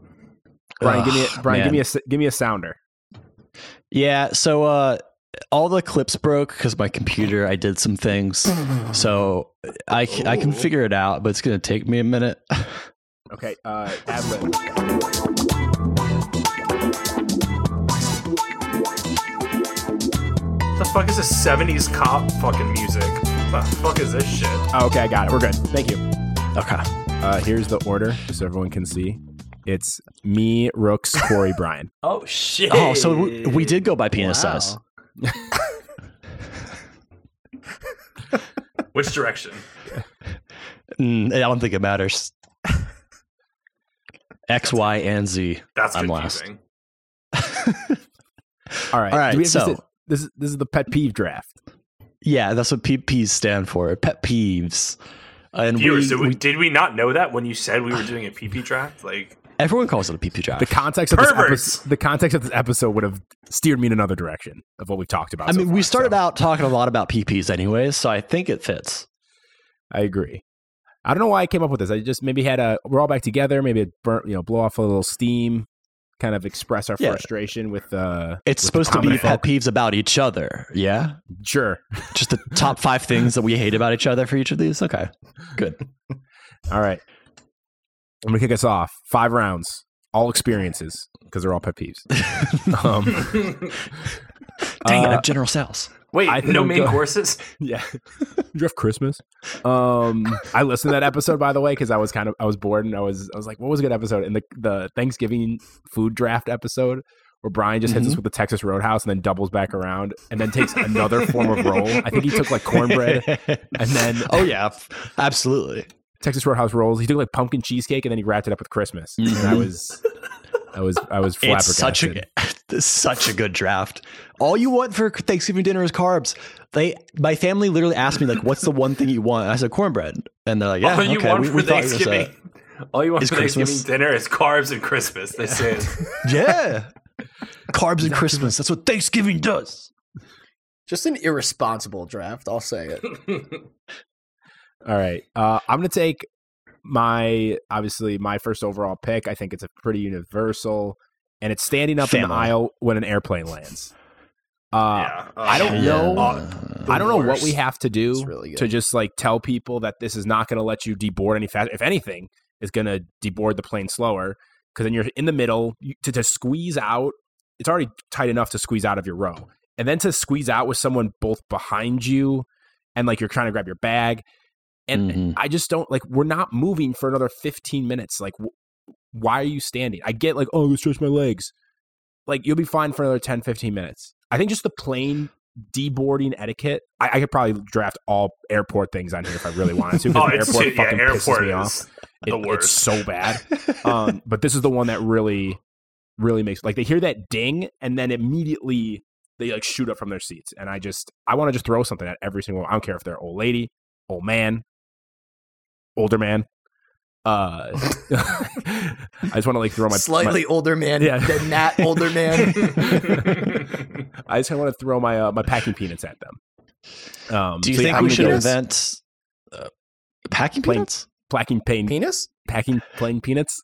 E: Brian, give me
B: Ugh,
E: a, Brian,
B: man.
E: give me a s- give me a sounder.
B: Yeah, so uh all the clips broke because my computer. I did some things, so I c- I can figure it out, but it's gonna take me a minute.
E: Okay. Uh, Adlib.
D: What the fuck is this 70s cop fucking music? What the fuck is this shit?
E: Oh, okay, I got it. We're good. Thank you.
B: Okay,
E: Uh, here's the order, just so everyone can see. It's me, Rooks, Corey, Brian.
D: Oh, shit.
B: oh, so we, we did go by penis
C: Wow.
B: size.
D: Which direction?
B: Mm, I don't think it matters. X, Y, and Z.
D: That's
B: I'm
D: confusing.
E: All right.
B: All right,
E: Do we have
B: so-
E: this, this is this is the pet peeve draft.
B: Yeah, that's what PPs stand for. Pet peeves. And we,
D: Viewers, did, we,
B: we-
D: did we not know that when you said we were doing a PP draft? Like,
B: everyone calls it a PP draft.
E: The context of this
D: Perverts!
E: episode, the context of this episode would have steered me in another direction of what we've talked about.
B: I
E: so
B: mean, we
E: far,
B: started
E: so
B: out talking a lot about PPs anyways, so I think it fits.
E: I agree. I don't know why I came up with this. I just maybe had a we're all back together. Maybe it burnt, you know, blow off a little steam, kind of express our
B: Yeah.
E: frustration with. uh
B: It's
E: with
B: supposed to be
E: common
B: pet
E: folk.
B: peeves about each other. Yeah.
E: Sure.
B: Just the top five things that we hate about each other for each of these. Okay. Good.
E: All right. I'm gonna kick us off. Five rounds, all experiences, because they're all pet peeves. um,
B: Dang it,
E: Uh,
B: I'm General Sales.
D: wait,
E: I think
D: no
E: I'm
D: main
E: go-
D: courses?
E: Yeah. Drift Christmas. Um I listened to that episode by the way cuz I was kind of I was bored and I was I was like what was a good episode and the the Thanksgiving food draft episode where Brian just
B: Mm-hmm.
E: hits us with the Texas Roadhouse and then doubles back around and then takes another form of roll. I think he took like cornbread and then
B: oh, yeah. f- Absolutely.
E: Texas Roadhouse rolls. He took like pumpkin cheesecake and then he wrapped it up with Christmas. And I was I was I was flabbergasted.
B: Mm-hmm. It's such a it's such a good draft. All you want for Thanksgiving dinner is carbs. They my family literally asked me like, "What's the one thing you want?" I said cornbread, and they're like, "Yeah,
D: All Oh, you
B: okay,
D: want
B: we,
D: for
B: we thought it was
D: Thanksgiving. All you want
B: is
D: for
B: Christmas.
D: Thanksgiving dinner is carbs and Christmas. They say it.
B: a- yeah, carbs and Christmas. That's what Thanksgiving does."
C: Just an irresponsible draft. I'll say it.
E: All right. Uh, I'm going to take my, obviously, my first overall pick. I think it's a pretty universal, and it's standing up in the
B: Family.
E: aisle when an airplane lands. Uh,
D: yeah.
E: I don't know.
D: Uh,
E: I don't know what
D: worst.
E: we have to do
C: It's really good.
E: to just like tell people that this is not going to let you deboard any faster. If anything, is going to deboard the plane slower because then you're in the middle you, to, to squeeze out. It's already tight enough to squeeze out of your row, and then to squeeze out with someone both behind you and like you're trying to grab your bag. And
D: Mm.
B: Mhm.
E: I just don't like. We're not moving for another 15 minutes. Like, wh- why are you standing? I get like, oh, stretch my legs. Like, you'll be fine for another 10, 15 minutes. I think just the plain deboarding etiquette. I, I could probably draft all airport things on here if I really wanted to. 'cause
D: Oh,
E: the
D: it's too, yeah, airport
E: pisses me off.
D: is the
E: It- It's
D: worst.
E: so
B: uh,
E: bad. Um, but this is the one that really, really makes like they hear that ding and then immediately they like shoot up from their seats. And I just, I want to just throw something at every single. I don't care if they're old lady, old man, older man. Uh, I just want to like throw my
C: Slightly older man
E: Yeah.
C: than that older man.
E: My, I just want to throw my uh, my packing peanuts at them. Um,
B: Do you
E: so yeah,
B: think
E: I'm
B: we
E: gonna
B: should
E: go
B: invent uh, packing
E: Plain-
B: peanuts?
E: packing pain
C: Penis?
E: packing plain peanuts?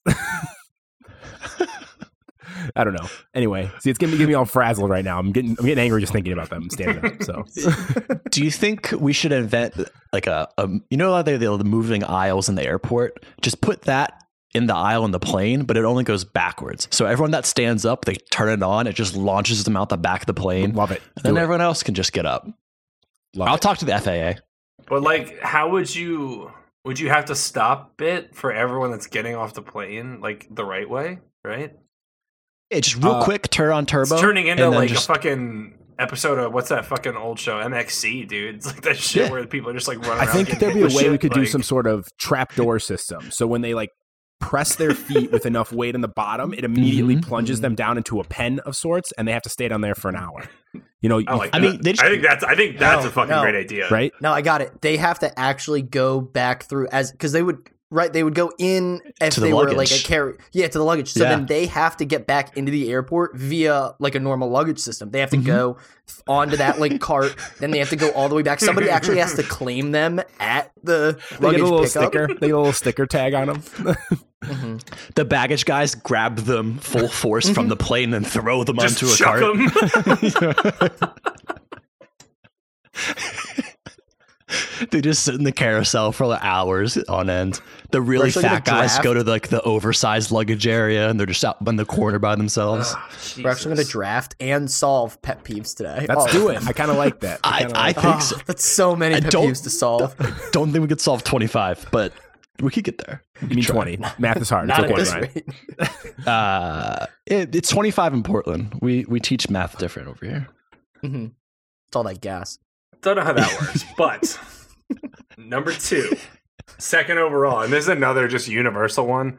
E: I don't know. Anyway, see, it's getting, getting me all frazzled right now. I'm getting I'm getting angry just thinking about them and standing up. So
B: Do you think we should invent like a, a you know how they they're the moving aisles in the airport? Just put that in the aisle in the plane, but it only goes backwards. So everyone that stands up, they turn it on, it just launches them out the back of the plane.
E: love it.
B: And
E: Do
B: then
E: it.
B: everyone else can just get up.
E: Love
B: I'll
E: it.
B: talk to the FAA.
D: But like, how would you? Would you have to stop it for everyone that's getting off the plane, like the right way, right?
B: Yeah, just real
E: Uh,
B: quick, turn on turbo.
D: It's turning into
B: and then
D: like
B: just-
D: a fucking episode of what's that fucking old show MXC, dude. It's like that shit
B: Yeah.
D: where people are just like running.
E: I
D: around
E: think
D: getting
E: there'd be
D: hit
E: a
D: with
E: way we
D: shit,
E: could do
D: like-
E: some sort of trapdoor system. So when they like press their feet with enough weight on the bottom, it immediately
B: Mhm.
E: plunges them down into a pen of sorts, and they have to stay down there for an hour. You know,
D: I like.
B: I
D: I
B: mean,
D: mean,
B: they just-
D: I think that's. I think that's
C: No,
D: a fucking
C: no.
D: great idea.
E: Oh, right?
C: No, I got it. They have to actually go back through as because they would right. They would go in if
B: To the
C: they were like
B: luggage.
C: a carry. Yeah, to the luggage. So
B: Yeah.
C: then they have to get back into the airport via like a normal luggage system. They have to go onto that like cart. Then they have to go all the way back. Somebody actually has to claim them at the
E: They get
C: luggage
E: a little
C: pickup.
E: sticker. They get a little sticker tag on them.
C: Mhm.
B: the baggage guys grab them full force from the plane and throw them
D: Mm-hmm. Just
B: onto a
D: chuck
B: cart.
D: 'em.
B: They just sit in the carousel for like hours on end. The really
C: Or should I get a
B: fat guys
C: draft?
B: go to like the oversized luggage area and they're just out in the corner by themselves.
D: Ah.
C: We're actually going to draft and solve pet peeves today.
E: Let's
C: Oh,
E: do it. I kind of like that.
B: I,
E: kinda
B: I
E: like
B: think
C: ah,
B: so.
C: that's so many
B: I
C: pet
B: don't-
C: peeves to solve.
B: don't think we could solve 25, but we could get there.
E: that. I mean, twenty. Math is hard. It's
C: Not
E: okay,
C: at this
E: Brian.
C: rate.
B: Uh, it, it's 25 in Portland. We we teach math different over here.
C: Mhm. It's all that gas.
D: Don't know how that works, but Number two, second overall, and this is another just universal one.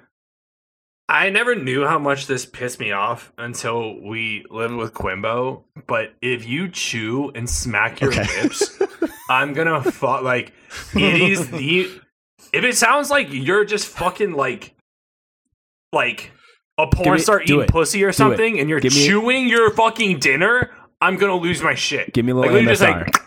D: I never knew how much this pissed me off until we lived with Quimbo. But if you chew and smack your
B: Okay.
D: lips, I'm gonna fuck. Like it is the. If it sounds like you're just fucking like, like a porn
E: me-
D: star
E: do
D: eating
E: it.
D: pussy or
E: it.
D: something, and you're
E: Give me-
D: chewing your fucking dinner, I'm gonna lose my shit.
E: Give me a
D: like,
E: little
D: literally just
E: MSR.
D: like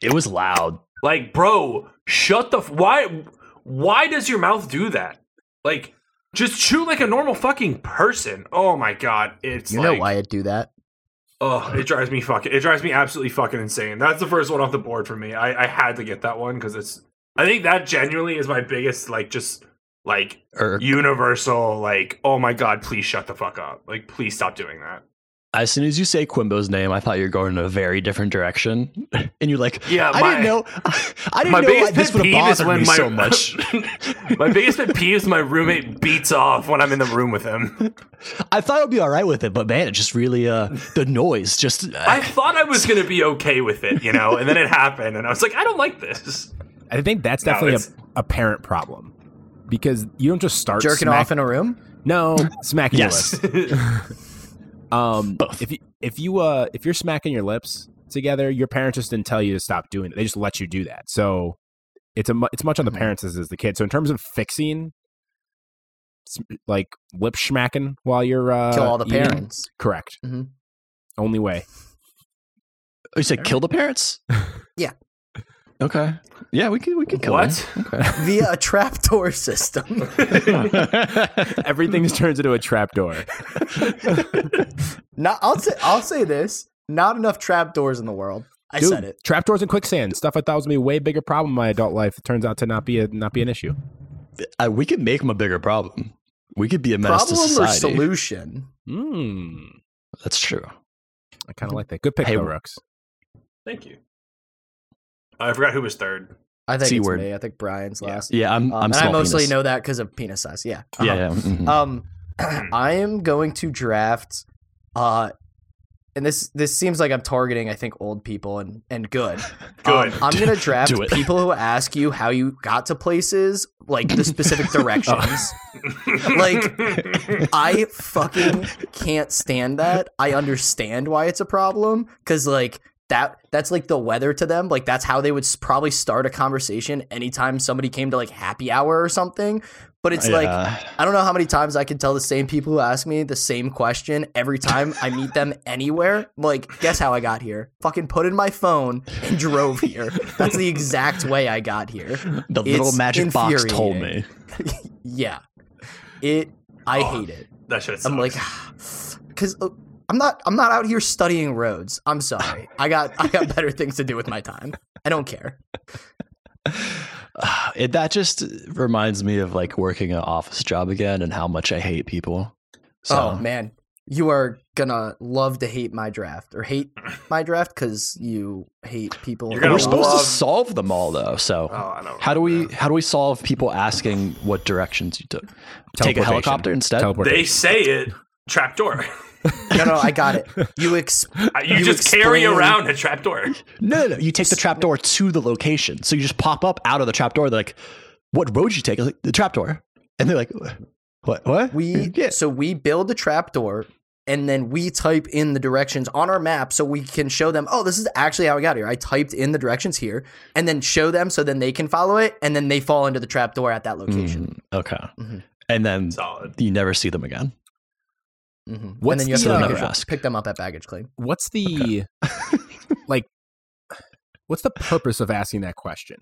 B: It was loud.
D: Like, bro, shut the f- why? Why does your mouth do that? Like, just chew like a normal fucking person. Oh my god, it's
C: You know
D: like,
C: why I'd do that?
D: Oh, it drives me fucking. It drives me absolutely fucking insane. That's the first one off the board for me. I, I had to get that one because it's. I think that genuinely is my biggest like just like
B: Or
D: universal like oh my god please shut the fuck up like please stop doing that
B: as soon as you say Quimbo's name, I thought you were going in a very different direction, and you're like,
D: yeah
B: I didn't know. I didn't
D: my
B: know why
D: biggest
B: this
D: pet
B: would have
D: peeve is
B: bothered
D: when
B: me
D: my
B: so much.
D: my biggest pet peeve is my roommate beats off when I'm in the room with him
B: I thought I'd be all right with it, but man, it just really uh the noise just
D: I thought I was gonna be okay with it, you know, and then it happened, and I was like, I don't like this.
E: I think that's
D: No,
E: definitely
D: it's-
E: a, a parent problem because you don't just start
C: Jerking
E: smack-
C: off in a room?
E: no smacking
B: Yes.
E: your lips. um, if you if you uh if you're smacking your lips together, your parents just didn't tell you to stop doing it. They just let you do that. So it's a mu- it's much on the
D: Mm-hmm.
E: parents as is the kid. So in terms of fixing, s- like lip smacking while you're uh,
C: Kill all the
E: eating,
C: parents.
E: correct.
C: Mhm.
E: Only way.
B: Oh, you said kill the parents.
C: Yeah.
B: Okay. Yeah, we could we could kill
D: What?
C: Via a trapdoor system.
B: them.
E: Everything just turns into a trapdoor.
C: Not, I'll say I'll say this. Not enough trapdoors in the world. I
E: Dude,
C: said it.
E: Trapdoors and quicksand stuff I thought was gonna be a way bigger problem in my adult life. It turns out to not be a not be an issue.
B: I, we could make them a bigger problem. We could be a menace to
C: Problem or
B: society.
C: solution?
E: Hmm.
B: That's true.
E: I kind of like that. Good pick,
B: Hey,
E: though, Rooks.
D: Thank you. Oh, I forgot who was third.
C: I think it's
B: C-word.
C: me. I think Brian's last.
B: Yeah, I'm.
C: Um,
B: I'm
C: and I
B: small
C: mostly
B: penis.
C: know that because of penis size. Yeah. Uh-huh.
B: Yeah. yeah, mhm.
C: Um, I am going to draft, uh, and this this seems like I'm targeting I think old people and and good.
D: Good.
C: Um, I'm gonna draft
B: it.
C: people who ask you how you got to places, like the specific
B: Oh.
C: directions. like I fucking can't stand that. I understand why it's a problem because like that that's like the weather to them. Like that's how they would s- probably start a conversation anytime somebody came to like happy hour or something. But it's like
B: Yeah.
C: I don't know how many times I can tell the same people who ask me the same question every time I meet them anywhere. Like, guess how I got here? Fucking put in my phone and drove here. That's the exact way I got here.
B: the little
C: it's
B: magic box told me.
C: infuriating. Yeah. It I hate it.
D: that shit.
C: I'm like, because I'm not I'm not out here studying roads. I'm sorry. I got I got better things to do with my time. I don't care.
B: Ah, It, that just reminds me of like working an office job again and how much I hate people. So
C: Oh man, you are gonna love to hate my draft or hate my draft because you hate people.
D: You're
B: But
D: gonna
B: we're supposed
D: love-
B: to solve them all though. So
D: oh, I don't.
B: how do we how do we solve people asking what directions you took? Take a
E: Teleportation.
B: helicopter
C: uh,
B: instead.
D: They
E: Teleportation.
D: say it. Trapdoor.
C: No, no, I got it. You ex.
D: Uh, you,
C: You
D: just carry
C: explain-
D: around a trapdoor.
B: No, no, no. You take the trapdoor to the location. So you just pop up out of the trapdoor. They're like, "What road did you take?" I was like, "The trapdoor." And they're like, "What? What?"
C: We
B: yeah.
C: so we build a trapdoor and then we type in the directions on our map so we can show them. Oh, this is actually how I got here. I typed in the directions here, and then show them so then they can follow it, and then they fall into the trapdoor at that location.
B: Mm, okay.
C: Mhm.
B: And then
D: Solid.
B: you never see them again.
C: Mm-hmm.
E: What's
C: and then you have
E: the,
C: to
E: uh,
C: pick,
B: Never ask.
C: pick them up at baggage claim.
E: What's the like? What's the purpose of asking that question?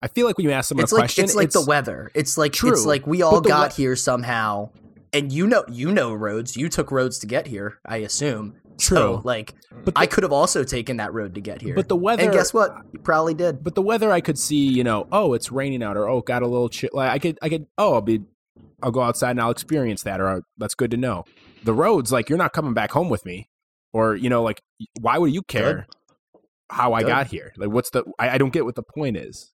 E: I feel like when you ask someone
C: it's
E: a
C: like
E: question,
C: it's like the weather. It's like
E: True,
C: it's like we all
E: but the
C: got
E: we-
C: here somehow, and you know you know roads. You took roads to get here, I assume. So
E: True.
C: like
E: But
C: I
E: the-
C: could have also taken that road to get here.
E: But the weather-
C: and guess what? You probably did.
E: But the weather, I could see, you know, oh, it's raining out, or oh, got a little chill. Like I could, I could, oh, I'll be, I'll go outside and I'll experience that, or uh, that's good to know. The roads, like you're not coming back home with me, or you know, like why would you care how I
C: Good.
E: got here? Like, what's the? I, I don't get what the point is.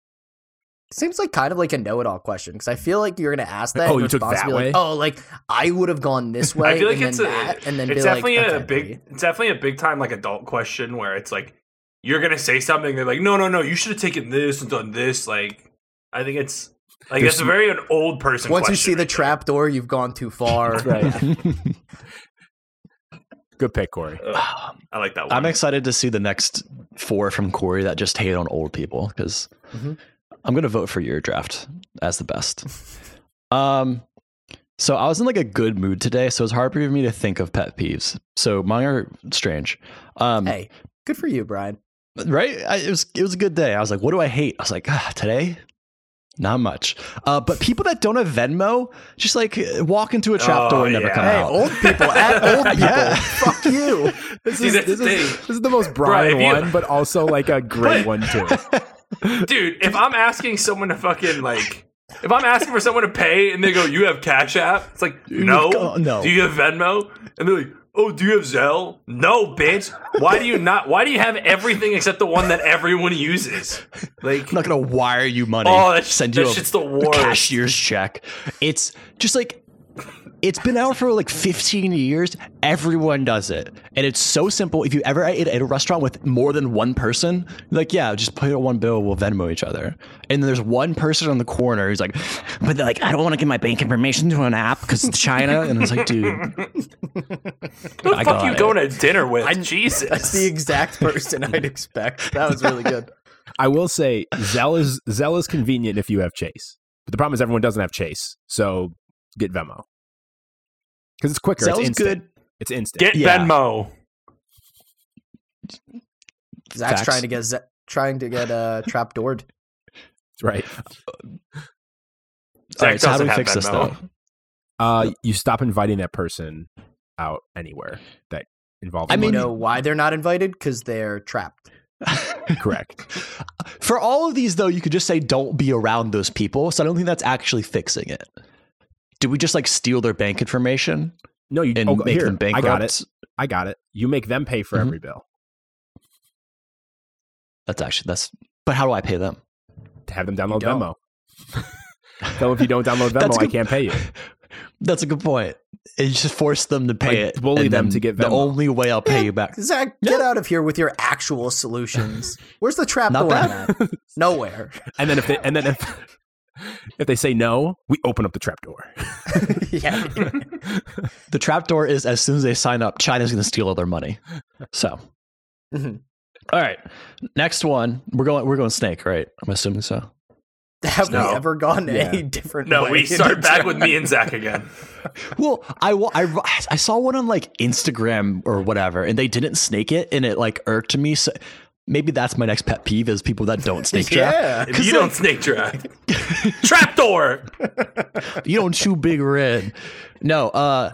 C: Seems like kind of like a know-it-all question because I feel like you're gonna ask that. and
E: Oh, you
C: your
E: took
C: response
E: that
C: will be like,
E: way?
C: oh, like I would have gone this way.
D: I feel like
C: and
D: it's
C: then
D: a.
C: that, and then
D: it's
C: be like,
D: definitely a
C: okay,
D: big.
C: buddy.
D: It's definitely a big time like adult question where it's like, you're gonna say something. They're like, no, no, no. You should have taken this and done this. Like, I think it's like
E: There's
D: it's a
E: some-
D: very an old person.
C: Once you
D: question
C: see the
D: right there.
C: trap door, you've gone too far.
E: Good pick, Corey.
D: Ugh, I like that one.
B: I'm excited to see the next four from Corey that just hate on old people because
C: Mhm.
B: I'm gonna vote for your draft as the best. um, so I was in like a good mood today, so it's hard for me to think of pet peeves. So mine are strange. Um,
C: Hey, good for you, Brian.
B: right? I, it was it was a good day. I was like, what do I hate? I was like, ah, today, not much. Uh, but people that don't have Venmo just like walk into a trap
D: Oh,
B: door and never
D: yeah.
B: come
C: Hey,
B: out.
C: old people at old people.
B: Yeah.
C: Fuck you.
E: This
D: See,
E: is,
D: that's
E: this,
D: the
E: is,
D: thing.
E: this is the most Brian
D: if you-
E: one, but also like a great one too.
D: dude. If I'm asking someone to fucking like, if I'm asking for someone to pay and they go, "You have Cash App," it's like, no,
B: go- no.
D: Do you have Venmo? And they're like, "Oh, do you have Zelle?" No, bitch. Why do you not? Why do you have everything except the one that everyone uses? Like,
B: I'm not gonna wire you money.
D: Oh, that sh-
B: send
D: that
B: you a
D: shit's the worst.
B: cashier's check. It's just like it's been out for like 15 years. Everyone does it, and it's so simple. If you ever ate at a restaurant with more than one person, like yeah, just put it on one bill. We'll Venmo each other. And then there's one person on the corner who's like, but they're like I don't want to give my bank information to an app because it's China. And it's like, dude,
D: who the
B: I
D: fuck
B: got
D: you
B: it.
D: going to dinner with? Jesus,
C: That's the exact person I'd expect. That was really good.
E: I will say Zelle is Zelle is convenient if you have Chase, but the problem is everyone doesn't have Chase, so get Venmo because it's quicker.
B: Zelle's
E: it's instant.
B: good.
E: It's instant.
D: get
B: Yeah.
D: Venmo.
C: Zach's
B: Facts.
C: trying to get Z- trying to get uh, trapdoored.
E: That's right.
B: All right, so how
D: doesn't
B: do we
D: have
B: fix this
D: Venmo.
B: though?
E: Uh, you stop inviting that person out anywhere that involves.
B: I
C: I
B: mean-
C: mean,
E: money.
C: know why they're not invited? Because they're trapped.
E: correct.
B: For all of these, though, you could just say don't be around those people. So I don't think that's actually fixing it. Do we just like steal their bank information
E: No, you
B: and
E: oh,
B: make
E: here,
B: them bankrupt?
E: I got it. I got it. You make them pay for
B: Mhm.
E: every bill
B: That's actually that's. But how do I pay them?
E: to have them download
C: don't.
E: Venmo. Tell them if you don't download
B: That's
E: Venmo, I
B: good.
E: can't pay you.
B: That's a good point. It just force them to pay
E: Like,
B: it.
E: bully
B: and
E: them
B: then
E: to get
B: the
E: Venmo.
B: only way I'll pay you back.
C: Zach, get out of here with your actual solutions. Where's the
B: Not
C: trapdoor?
B: bad.
C: at? Nowhere.
E: And then if they, and then if if they say no, we open up the trapdoor.
C: yeah.
B: The trapdoor is as soon as they sign up, China's going to steal all their money. So,
C: Mhm.
B: All right, next one. We're going. We're going snake, right? I'm assuming so.
C: Have
D: No.
C: we ever gone
E: Yeah.
C: any different?
D: No,
C: way
D: we
C: in
D: start
C: the
D: back
C: trap?
D: with me and Zach again.
B: Well, I, wa- I, I saw one on like Instagram or whatever, and they didn't snake it, and it like irked me. So maybe that's my next pet peeve is people that don't snake trap.
C: Yeah.
D: If you don't snake draft, trapdoor.
B: You don't chew big red. No, uh,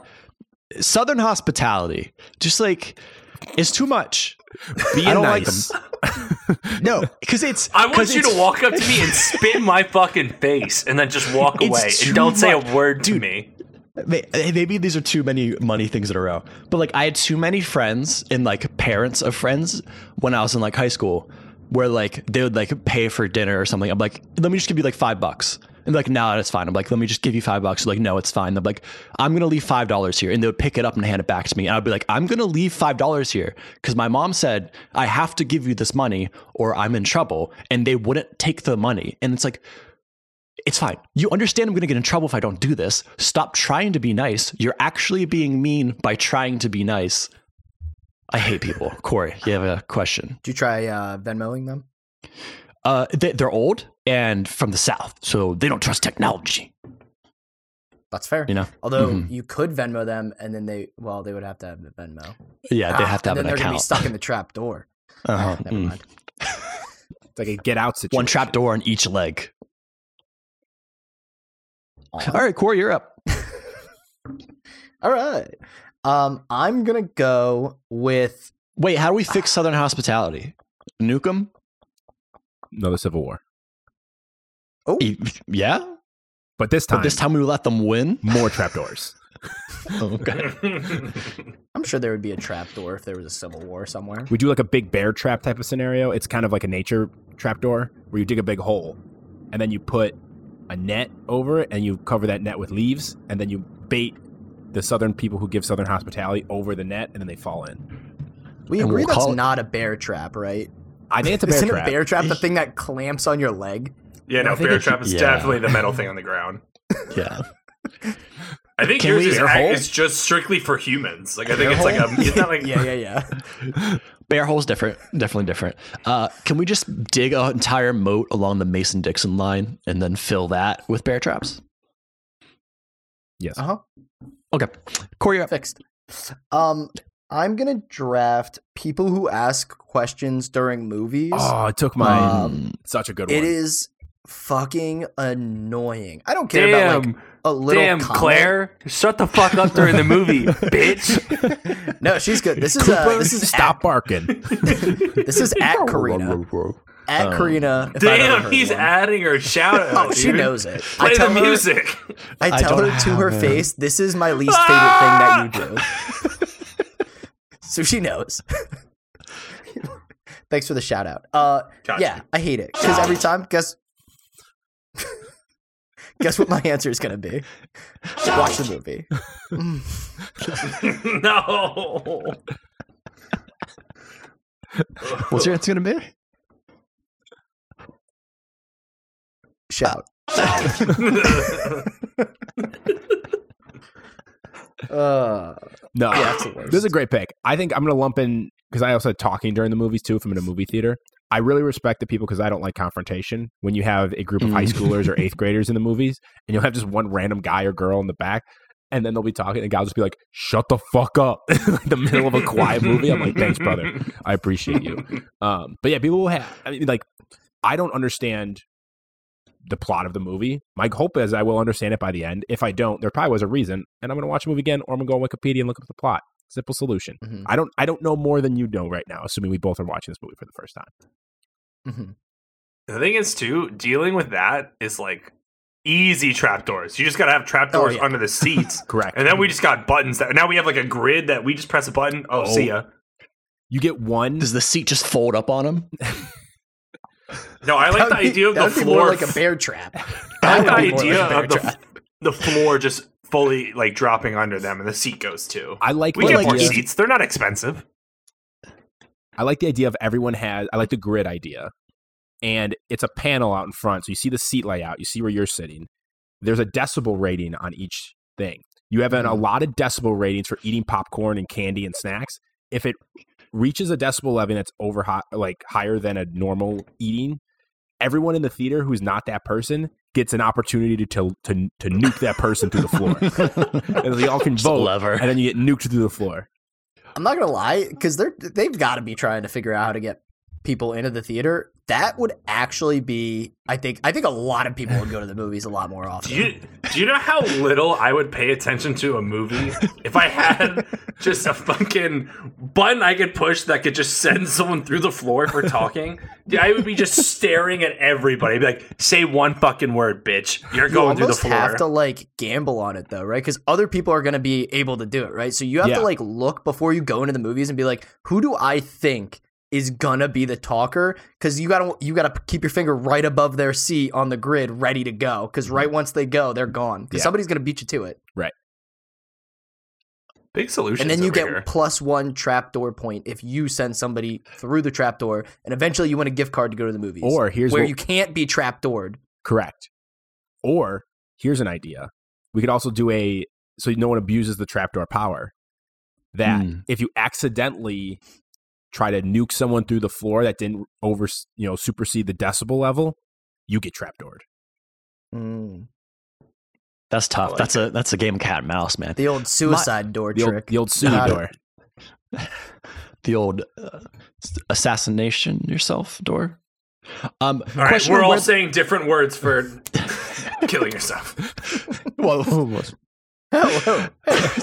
B: Southern hospitality, just like it's too much.
E: Be
B: I don't like
E: nice.
B: No, because it's.
D: I want
B: 'cause
D: you
B: it's-
D: to walk up to me and spit in my fucking face, and then just walk
B: It's
D: away
B: too
D: and don't say a
B: much.
D: word to
B: Dude.
D: me.
B: May- eh, Maybe these are too many money things in a row. But like, I had too many friends and like parents of friends when I was in like high school, where like they would like pay for dinner or something. I'm like, let me just give you like five bucks. And they're like, no, it's fine. I'm like, let me just give you five bucks. They're like, no, it's fine. I'm like, I'm gonna leave five dollars here, and they would pick it up and hand it back to me. And I'd be like, I'm gonna leave five dollars here because my mom said I have to give you this money or I'm in trouble. And they wouldn't take the money. And it's like, it's fine. You understand I'm going to get in trouble if I don't do this. Stop trying to be nice. You're actually being mean by trying to be nice. I hate people. Corey, you have a question.
C: Did you try uh, Venmoing them?
B: Uh, they, they're old and from the South, so they don't trust technology.
C: That's fair.
B: You know?
C: Although
B: Mhm.
C: you could Venmo them, and then they well, they would have to have the Venmo.
B: Yeah, they have to have
C: and
B: an
C: Ah, then they're gonna be
B: account.
C: stuck in the trap door.
B: Uh-huh.
C: Never
B: Mm.
C: mind.
E: It's like a get out situation.
B: One trap door on each leg. All right, Corey, you're up.
C: All right. Um, I'm gonna go with
B: Wait, how do we fix Southern hospitality? Nuke 'em?
E: Another civil war,
B: E- Yeah?
E: but this time,
B: But this time we let them win?
E: more trapdoors.
B: Okay.
C: I'm sure there would be a trap door if there was a civil war somewhere.
E: We do like a big bear trap type of scenario. It's kind of like a nature trapdoor where you dig a big hole, and then you put a net over it, and you cover that net with leaves, and then you bait the southern people who give southern hospitality over the net, and then they fall in.
C: We
B: And
C: agree
B: we'll
C: that's
B: call it-
C: not a bear trap, right?
E: I think it's a bear
C: Isn't
E: trap.
C: a bear trap the thing that clamps on your leg?
D: Yeah, no,
E: I think
D: bear
E: it
D: trap is
B: yeah.
D: definitely the metal thing on the ground.
B: Yeah.
D: I think
E: Can
D: yours
E: we-
D: is
E: Bear hole?
D: it's just strictly for humans. Like I think it's like a it's not like
C: Yeah, yeah, yeah.
B: Bear hole's different, definitely different. Uh, can we just dig an entire moat along the Mason Dixon line and then fill that with bear traps?
E: Yes.
C: Uh huh.
B: Okay, Corey, you're up.
C: Fixed. Um, I'm gonna draft people who ask questions during movies.
E: Oh, it took mine.
B: Um,
E: Such a good
C: It
E: one.
C: is fucking annoying. I don't care about
D: damn
C: like a little.
D: damn
C: comment.
D: Claire, shut the fuck up during the movie, bitch.
C: No, she's good. This is uh, this is
E: Stop barking.
C: At, this is at Karina. At
B: Um,
C: Karina. if I've ever
D: Damn,
C: heard
D: he's
C: one.
D: adding her shout out.
C: Oh, she knows it.
D: Play
C: I tell
D: the
C: her-
D: music.
C: I
B: I
C: tell
B: don't
C: her to her
B: have it.
C: face, this is my least favorite thing that you do. so she knows. Thanks for the shout out. Uh,
D: Gotcha.
C: yeah, I hate it because every time, guess, guess what my answer is gonna be? Watch the movie.
D: no.
B: What's your answer going to be?
C: Shout. Uh,
E: No.
C: yeah, that's the worst.
E: This is a great pick. I think I'm going to lump in because I also had talking during the movies too. If I'm in a movie theater, I really respect the people because I don't like confrontation. When you have a group of high
B: Mm.
E: schoolers or eighth graders in the movies, and you'll have just one random guy or girl in the back, and then they'll be talking, and the guy'll just be like, "Shut the fuck up!" like the middle of a quiet movie. I'm like, "Thanks, brother. I appreciate you." Um, but yeah, people will have. I mean, like, I don't understand the plot of the movie. My hope is I will understand it by the end. If I don't, there probably was a reason, and I'm going to watch a movie again, or I'm going to go on Wikipedia and look up the plot. Simple solution.
D: Mm-hmm.
C: Mhm.
E: I don't. I don't know more than you know right now. Assuming we both are watching this movie for the first time.
C: Mhm.
D: The thing is, too, dealing with that is like easy trapdoors. You just gotta have trapdoors
C: Oh, yeah.
D: under the seats.
E: Correct.
D: And then we just got buttons that now we have like a grid that we just press a button. Oh,
E: Oh.
D: see ya.
E: you get one.
B: Does the seat just fold up on him?
D: No, I like the
C: That'd be-
D: idea of the
C: that'd be more
D: floor.
C: like a bear trap.
D: I
C: That
D: like the
C: would be more
D: idea
C: like a bear
D: of the,
C: trap.
D: the floor just fully like dropping under them and the seat goes too.
E: I like.
D: We
E: the
D: get
B: like
D: more
E: idea-
B: easy-
D: seats. They're not expensive.
E: I like the idea of everyone has. I like the grid idea, and it's a panel out in front, so you see the seat layout. You see where you're sitting. There's a decibel rating on each thing. You have an
C: Mm-hmm.
E: allotted decibel ratings for eating popcorn and candy and snacks. If it reaches a decibel level that's over hot, like higher than a normal eating, everyone in the theater who's not that person gets an opportunity to to to, to nuke that person through the floor, and they all can
B: Just a
E: vote,
B: lever.
E: and then you get nuked through the floor.
C: I'm not gonna lie, because they're they've got to be trying to figure out how to get people into the theater. That would actually be, I think, I think a lot of people would go to the movies a lot more often.
D: Do you, do you know how little I would pay attention to a movie if I had just a fucking button I could push that could just send someone through the floor for talking? Yeah, I would be just staring at everybody. I'd be like, say one fucking word, bitch. You're
C: You
D: going through the
C: almost
D: floor.
C: have to like gamble on it though, right? Because other people are gonna be able to do it, right? So you have
E: Yeah.
C: to like look before you go into the movies and be like, who do I think is gonna be the talker? Because you gotta you gotta keep your finger right above their seat on the grid, ready to go. Because
D: Mm-hmm.
C: right once they go, they're gone. 'Cause
E: Yeah.
C: somebody's gonna beat you to it.
D: Big solution.
C: and then you get
D: here.
C: plus one trapdoor point if you send somebody through the trapdoor, and eventually you win a gift card to go to the movies.
E: Or here's
C: where
E: what-
C: you can't be trapdoored.
E: Correct. Or here's an idea. We could also do a so no one abuses the trapdoor power. That
B: Hmm.
E: if you accidentally try to nuke someone through the floor that didn't over you know supersede the decibel level, you get trapdoored.
B: That's tough.
D: like
B: that's a that's a game of cat and mouse, man. The,
C: The old suicide door
E: The old,
C: trick.
E: the old Sue
B: Got it.
E: door.
B: old uh, assassination yourself door. Um,
D: All right,
B: question
D: we're
B: of
D: all
B: where-
D: saying different words for killing yourself.
B: Whoa, whoa, whoa.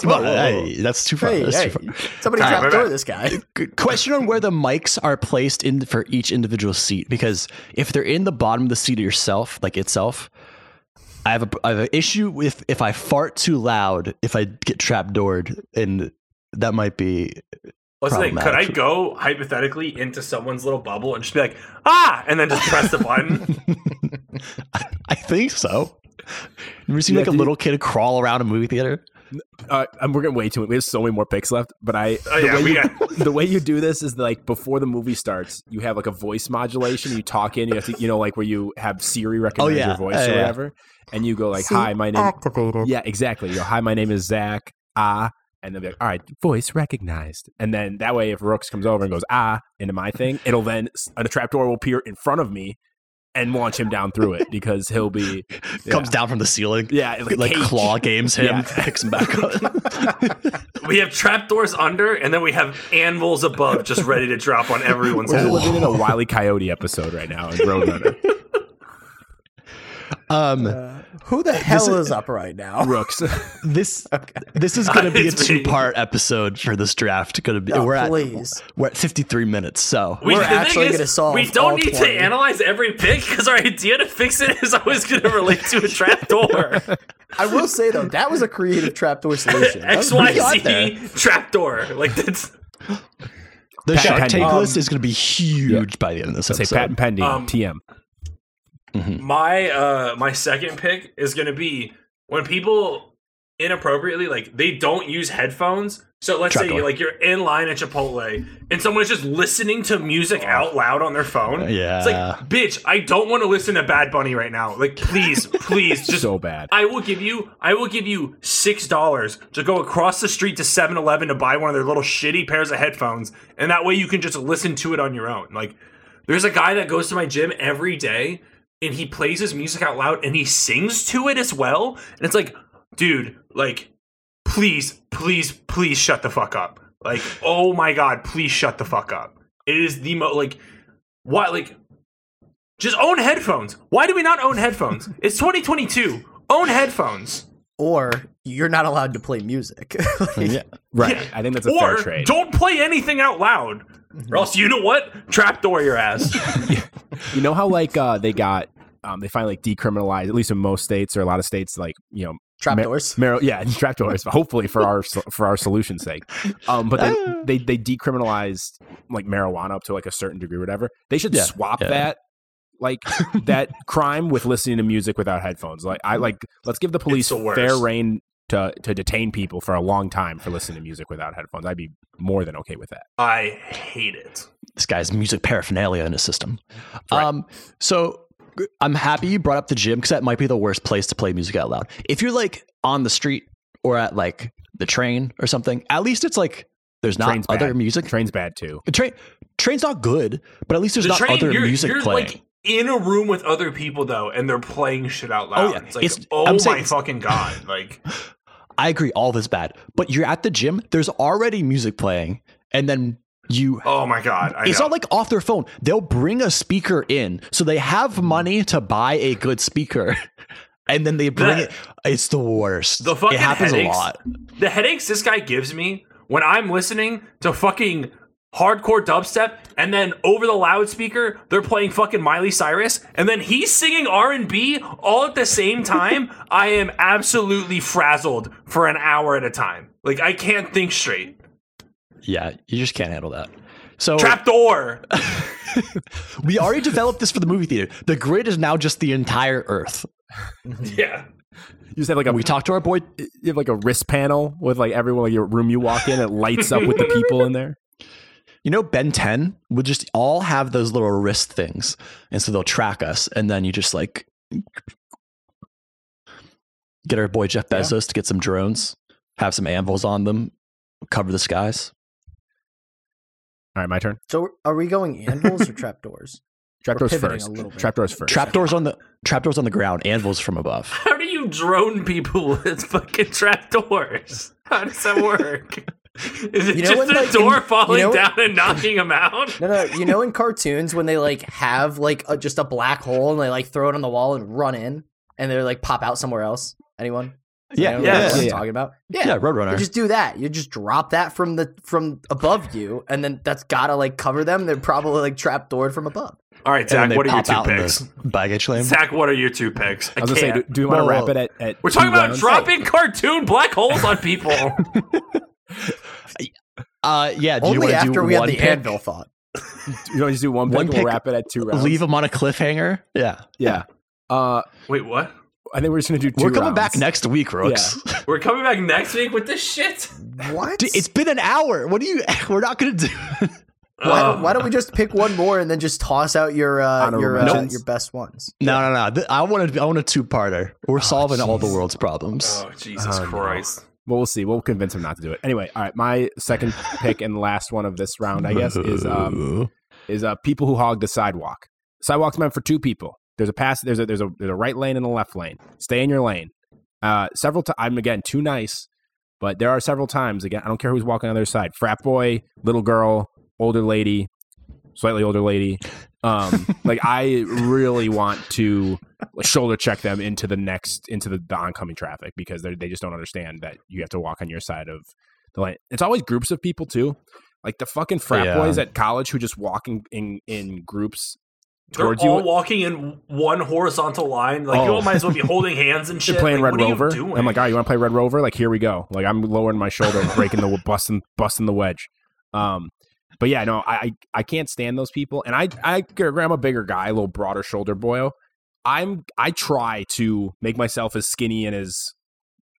B: Well, hey, that's too far.
C: Hey,
B: that's
C: hey.
B: too far.
C: Somebody
D: All right,
C: trapdoor
D: bye-bye.
C: this guy.
B: Good question on where the mics are placed in for each individual seat because if they're in the bottom of the seat of yourself, like itself, I have a I have an issue with if I fart too loud, if I get trapdoored, and that might be
D: What's the thing? Could I
B: Problematic.
D: go hypothetically into someone's little bubble and just be like, ah, and then just press the button?
B: I think so. You ever seen
E: Yeah,
B: like a
E: did you-
B: little kid crawl around a movie theater?
E: uh, and we're gonna way too. We have so many more picks left, but I.
D: Oh, yeah,
E: the, way
D: we
E: you,
D: got-
E: the way you do this is like before the movie starts, you have like a voice modulation. You talk in. You have to, you know, like where you have Siri recognize
B: Oh, yeah.
E: your voice
B: Yeah,
E: or
B: yeah.
E: whatever, and you go like, "Hi, my name."
I: Activated.
E: Yeah, exactly. You go, "Hi, my name is Zach." Ah, and they'll be like, "All right, voice recognized." And then that way, if Rooks comes over and goes ah into my thing, it'll then a trapdoor will appear in front of me and launch him down through it because he'll be
B: Comes down from the ceiling.
E: yeah
B: Like
E: cage.
B: claw games him,
E: Yeah.
B: picks him back up.
D: We have trapdoors under, and then we have anvils above, just ready to drop on everyone's
E: We're
D: head.
E: living in a Wile E. Coyote episode right now in Roadrunner.
B: um,
C: Who the hell is up right now?
E: Brooks.
B: this this is going to be a
D: It's me.
B: two part episode for this draft. Going to be we're at
C: Please.
B: we're at fifty three minutes. So
D: We,
C: We're
D: the thing
C: actually
D: is,
C: gonna solve
D: We don't
C: all
D: need
C: 20.
D: to analyze every pick because our idea to fix it is always going to relate to a trapdoor.
C: I will say though, that was a creative trapdoor solution. That
D: X
C: was
D: Y
C: pretty good.
D: Z trapdoor. Like that's
B: the
E: Pat-
B: Shark
E: Pat-
B: Tank
E: um,
B: list is going to be huge by the end of this
E: Say
B: episode.
E: patent pending
D: Um,
E: TM.
D: my uh my second pick is going to be when people inappropriately like they don't use headphones. So let's say
B: Trapdoor.
D: like you're in line at Chipotle and someone's just listening to music out loud on their phone.
B: Yeah.
D: It's like, bitch, I don't want to listen to Bad Bunny right now. Like, please, please, just
E: so bad.
D: I will give you I will give you six dollars to go across the street to 7-Eleven to buy one of their little shitty pairs of headphones, and that way you can just listen to it on your own. Like there's a guy that goes to my gym every day and he plays his music out loud and he sings to it as well. And it's like, dude, like please, please, please shut the fuck up. Like, oh my god, please shut the fuck up. It is the mo like why like just own headphones. Why do we not own headphones? It's 2022. Own headphones.
C: Or you're not allowed to play music. Like,
B: yeah.
E: Right.
D: Yeah.
E: I think that's a fair
D: Or
E: trade.
D: don't play anything out loud. Or else you know what? Trapdoor your ass.
E: You know how like uh, they got um, they finally like decriminalized at least in most states or a lot of states like you know
C: Trapdoors.
E: Mar- yeah, and trapdoors. hopefully for our for our solution's sake. Um, but they, they they decriminalized like marijuana up to like a certain degree, or whatever. They should
B: Yeah,
E: swap
B: yeah.
E: that like that crime with listening to music without headphones. Like I like let's give the police
D: the worst.
E: fair reign to to detain people for a long time for listening to music without headphones. I'd be more than okay with that.
D: I hate it.
B: this guy's music paraphernalia in his system. Um, so g- I'm happy you brought up the gym because that might be the worst place to play music out loud. If you're like on the street or at like the train or something, at least it's like there's not
E: Train's
B: other
E: bad.
B: music.
E: Train's bad too.
B: The train train's not good, but at least there's
D: The
B: not
D: train,
B: other
D: you're,
B: music
D: you're
B: playing.
D: like in a room with other people though, and they're playing shit out loud.
B: Oh, yeah.
D: It's like,
B: It's-
D: oh
B: I'm
D: my
B: saying-
D: fucking god! Like,
B: I agree, all of it's bad. But you're at the gym, there's already music playing, and then you
D: oh my god! I
B: It's
D: know.
B: not like off their phone. They'll bring a speaker in, so they
D: Mm.
B: have money to buy a good speaker, and then they bring
D: That-
B: it. It's the worst.
D: The fucking
B: it happens
D: headaches.
B: a lot.
D: the headaches this guy gives me when I'm listening to fucking hardcore dubstep and then over the loudspeaker they're playing fucking Miley Cyrus and then he's singing R&B all at the same time I am absolutely frazzled for an hour at a time like I can't think straight
B: Yeah, you just can't handle that. So
D: trapdoor
B: we already developed this for the movie theater. The grid is now just the entire Earth.
D: yeah
E: You just have like a
B: And we talked to our boy.
E: you have like a wrist panel with like everyone like your room you walk in it lights up with the people in there
B: You know, Ben Ten would just all have those little wrist things, and so they'll track us, and then you just like get our boy Jeff Bezos to get some drones, have some anvils on them, cover the skies.
E: all right my turn
C: So are we going anvils or trapdoors?
E: trapdoors
C: pivoting
E: first
C: a little bit.
E: trapdoors first
B: Trapdoors on the trapdoors on the ground, anvils from above.
D: how do you drone people with fucking trapdoors how does that work is it
C: You know
D: just
C: when,
D: a
C: like, in-
D: door
C: you
D: falling
C: know-
D: down and knocking them out
C: No, no. You know, in cartoons when they like have like a, just a black hole and they like throw it on the wall and run in, and they're like pop out somewhere else. Anyone?
B: Yeah,
C: Anyone
D: yeah,
C: know what
D: yeah,
C: I'm
E: yeah.
C: talking about?
B: Yeah,
C: You
B: Roadrunner.
C: just do that. You just drop that from the from above you, and then that's gotta like cover them. They're probably like trapdoored from above.
D: all right Zach
B: And then they
D: what are your
B: pop
D: two
B: out in
D: picks
B: the Baggage claim.
D: Zach what are your two picks
E: i was gonna say do,
D: can't.
E: do you want to
B: Well,
E: wrap
B: well,
E: it at, at
D: We're talking
E: two
D: about
E: rounds?
D: dropping cartoon black holes on people.
B: Uh, yeah. Do you
C: Only
B: want to
C: after
B: do
C: we had
B: one
C: the
B: pick?
C: anvil thought.
E: you want to just do one pick,
B: One
E: and
B: pick,
E: we'll wrap it at two rounds
B: Leave them on a cliffhanger. Yeah.
E: yeah uh
D: Wait, what?
E: I think we're just gonna do. Two
B: We're coming back
E: rounds.
B: next week, Rooks.
D: We're coming back next week with this shit.
C: What?
B: Dude, it's been an hour. What do you? We're not gonna do.
C: why,
D: Ugh.
C: why don't we just pick one more and then just toss out your uh,
E: Honorable
C: your uh,
E: mentions.
C: your best ones?
B: No, no, no. Th- I want to. I want a two-parter. We're solving all the world's problems.
D: Oh Jesus
E: Oh, no.
D: Christ!
E: Well, we'll see. We'll convince him not to do it. Anyway, all right. My second pick and last one of this round, Uh, I guess, is um, is uh, people who hog the sidewalk. Sidewalk's meant for two people. There's a pass. There's a there's a there's a right lane and a left lane. Stay in your lane. Uh, several times. I'm again too nice, but there are several times again. I don't care who's walking on the other side. Frat boy, little girl, older lady, slightly older lady. Um, like I really want to shoulder check them into the next into the, the oncoming traffic because they they just don't understand that you have to walk on your side of the lane. It's always groups of people too. Like the fucking frat
B: Yeah.
E: boys at college who just walk in in, in groups
D: They're
E: towards
D: all
E: you.
D: walking in one horizontal line. Like you
E: Oh.
D: all might as well be holding hands and shit.
E: They're playing
D: Like,
E: Red
D: what are you
E: Rover.
D: doing?
E: I'm like, all right, you want to play Red Rover? Like, here we go. Like, I'm lowering my shoulder, and breaking the busting, busting the wedge. Um, but yeah, no, I, I I can't stand those people. And I I I'm a bigger guy, a little broader shoulder boy. I'm I try to make myself as skinny and as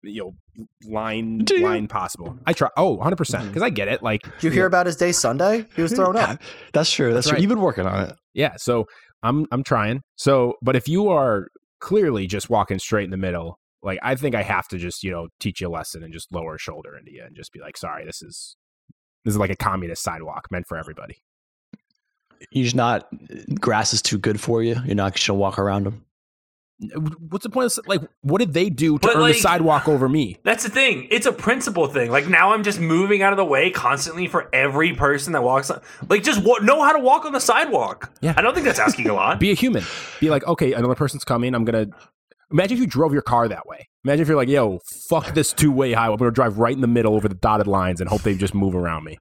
E: you know line
B: Do you-
E: line possible. I try. Oh, 100 percent because I get it. Like,
C: Did you hear about his day Sunday? He was thrown up.
B: That's true. That's,
E: That's
B: true.
E: right.
B: You've been working on it.
E: yeah so i'm i'm trying so but if you are clearly just walking straight in the middle like i think i have to just you know teach you a lesson and just lower a shoulder into you and just be like sorry this is this is like a communist sidewalk meant for everybody
B: You're just not. Grass is too good for you. You're not gonna walk around them.
E: Uh, what's the point of like what did they do to
D: But,
E: earn
D: like-
E: the sidewalk over me
D: That's the thing. It's a principle thing. Like now, I'm just moving out of the way constantly for every person that walks. On. Like just wa- know how to walk on the sidewalk.
E: Yeah.
D: I don't think that's asking a lot.
E: be a human be like okay another person's coming i'm gonna imagine if you drove your car that way imagine if you're like yo fuck this two-way highway i'm gonna drive right in the middle over the dotted lines and hope they just move around me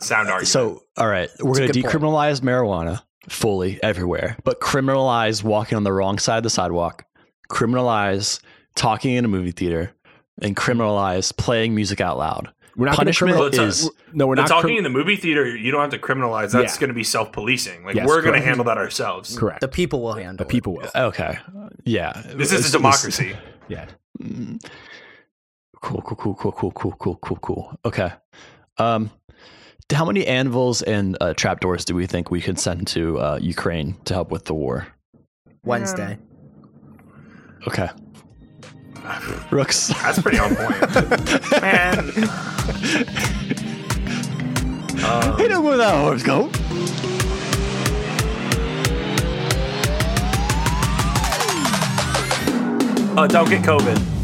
D: Sound argument.
B: So, all right, we're
C: It's a
B: going to
C: good point.
B: decriminalize marijuana fully everywhere, but criminalize walking on the wrong side of the sidewalk, criminalize talking in a movie theater, and criminalize playing music out loud.
E: we're not gonna
B: Punishment
E: criminal-
D: criminal-
B: is
E: no we're
D: But
E: not
D: talking
E: crim-
D: in the movie theater, you don't have to criminalize. That's
E: Yeah.
D: going to be self policing. Like
E: Yes,
D: we're going to
E: correct.
D: handle that ourselves.
E: correct
C: The people will handle.
E: the people will
B: okay. Yeah,
D: This is a democracy.
E: yeah
B: Mm. Cool, cool, cool, cool, cool, cool, cool, cool, cool. Okay. Um, how many anvils and uh, trapdoors do we think we could send to uh, Ukraine to help with the war?
C: It. Wednesday.
B: Okay. Rooks.
D: That's pretty on point, man.
B: Hey, no, where that horse go?
D: Oh, don't get COVID.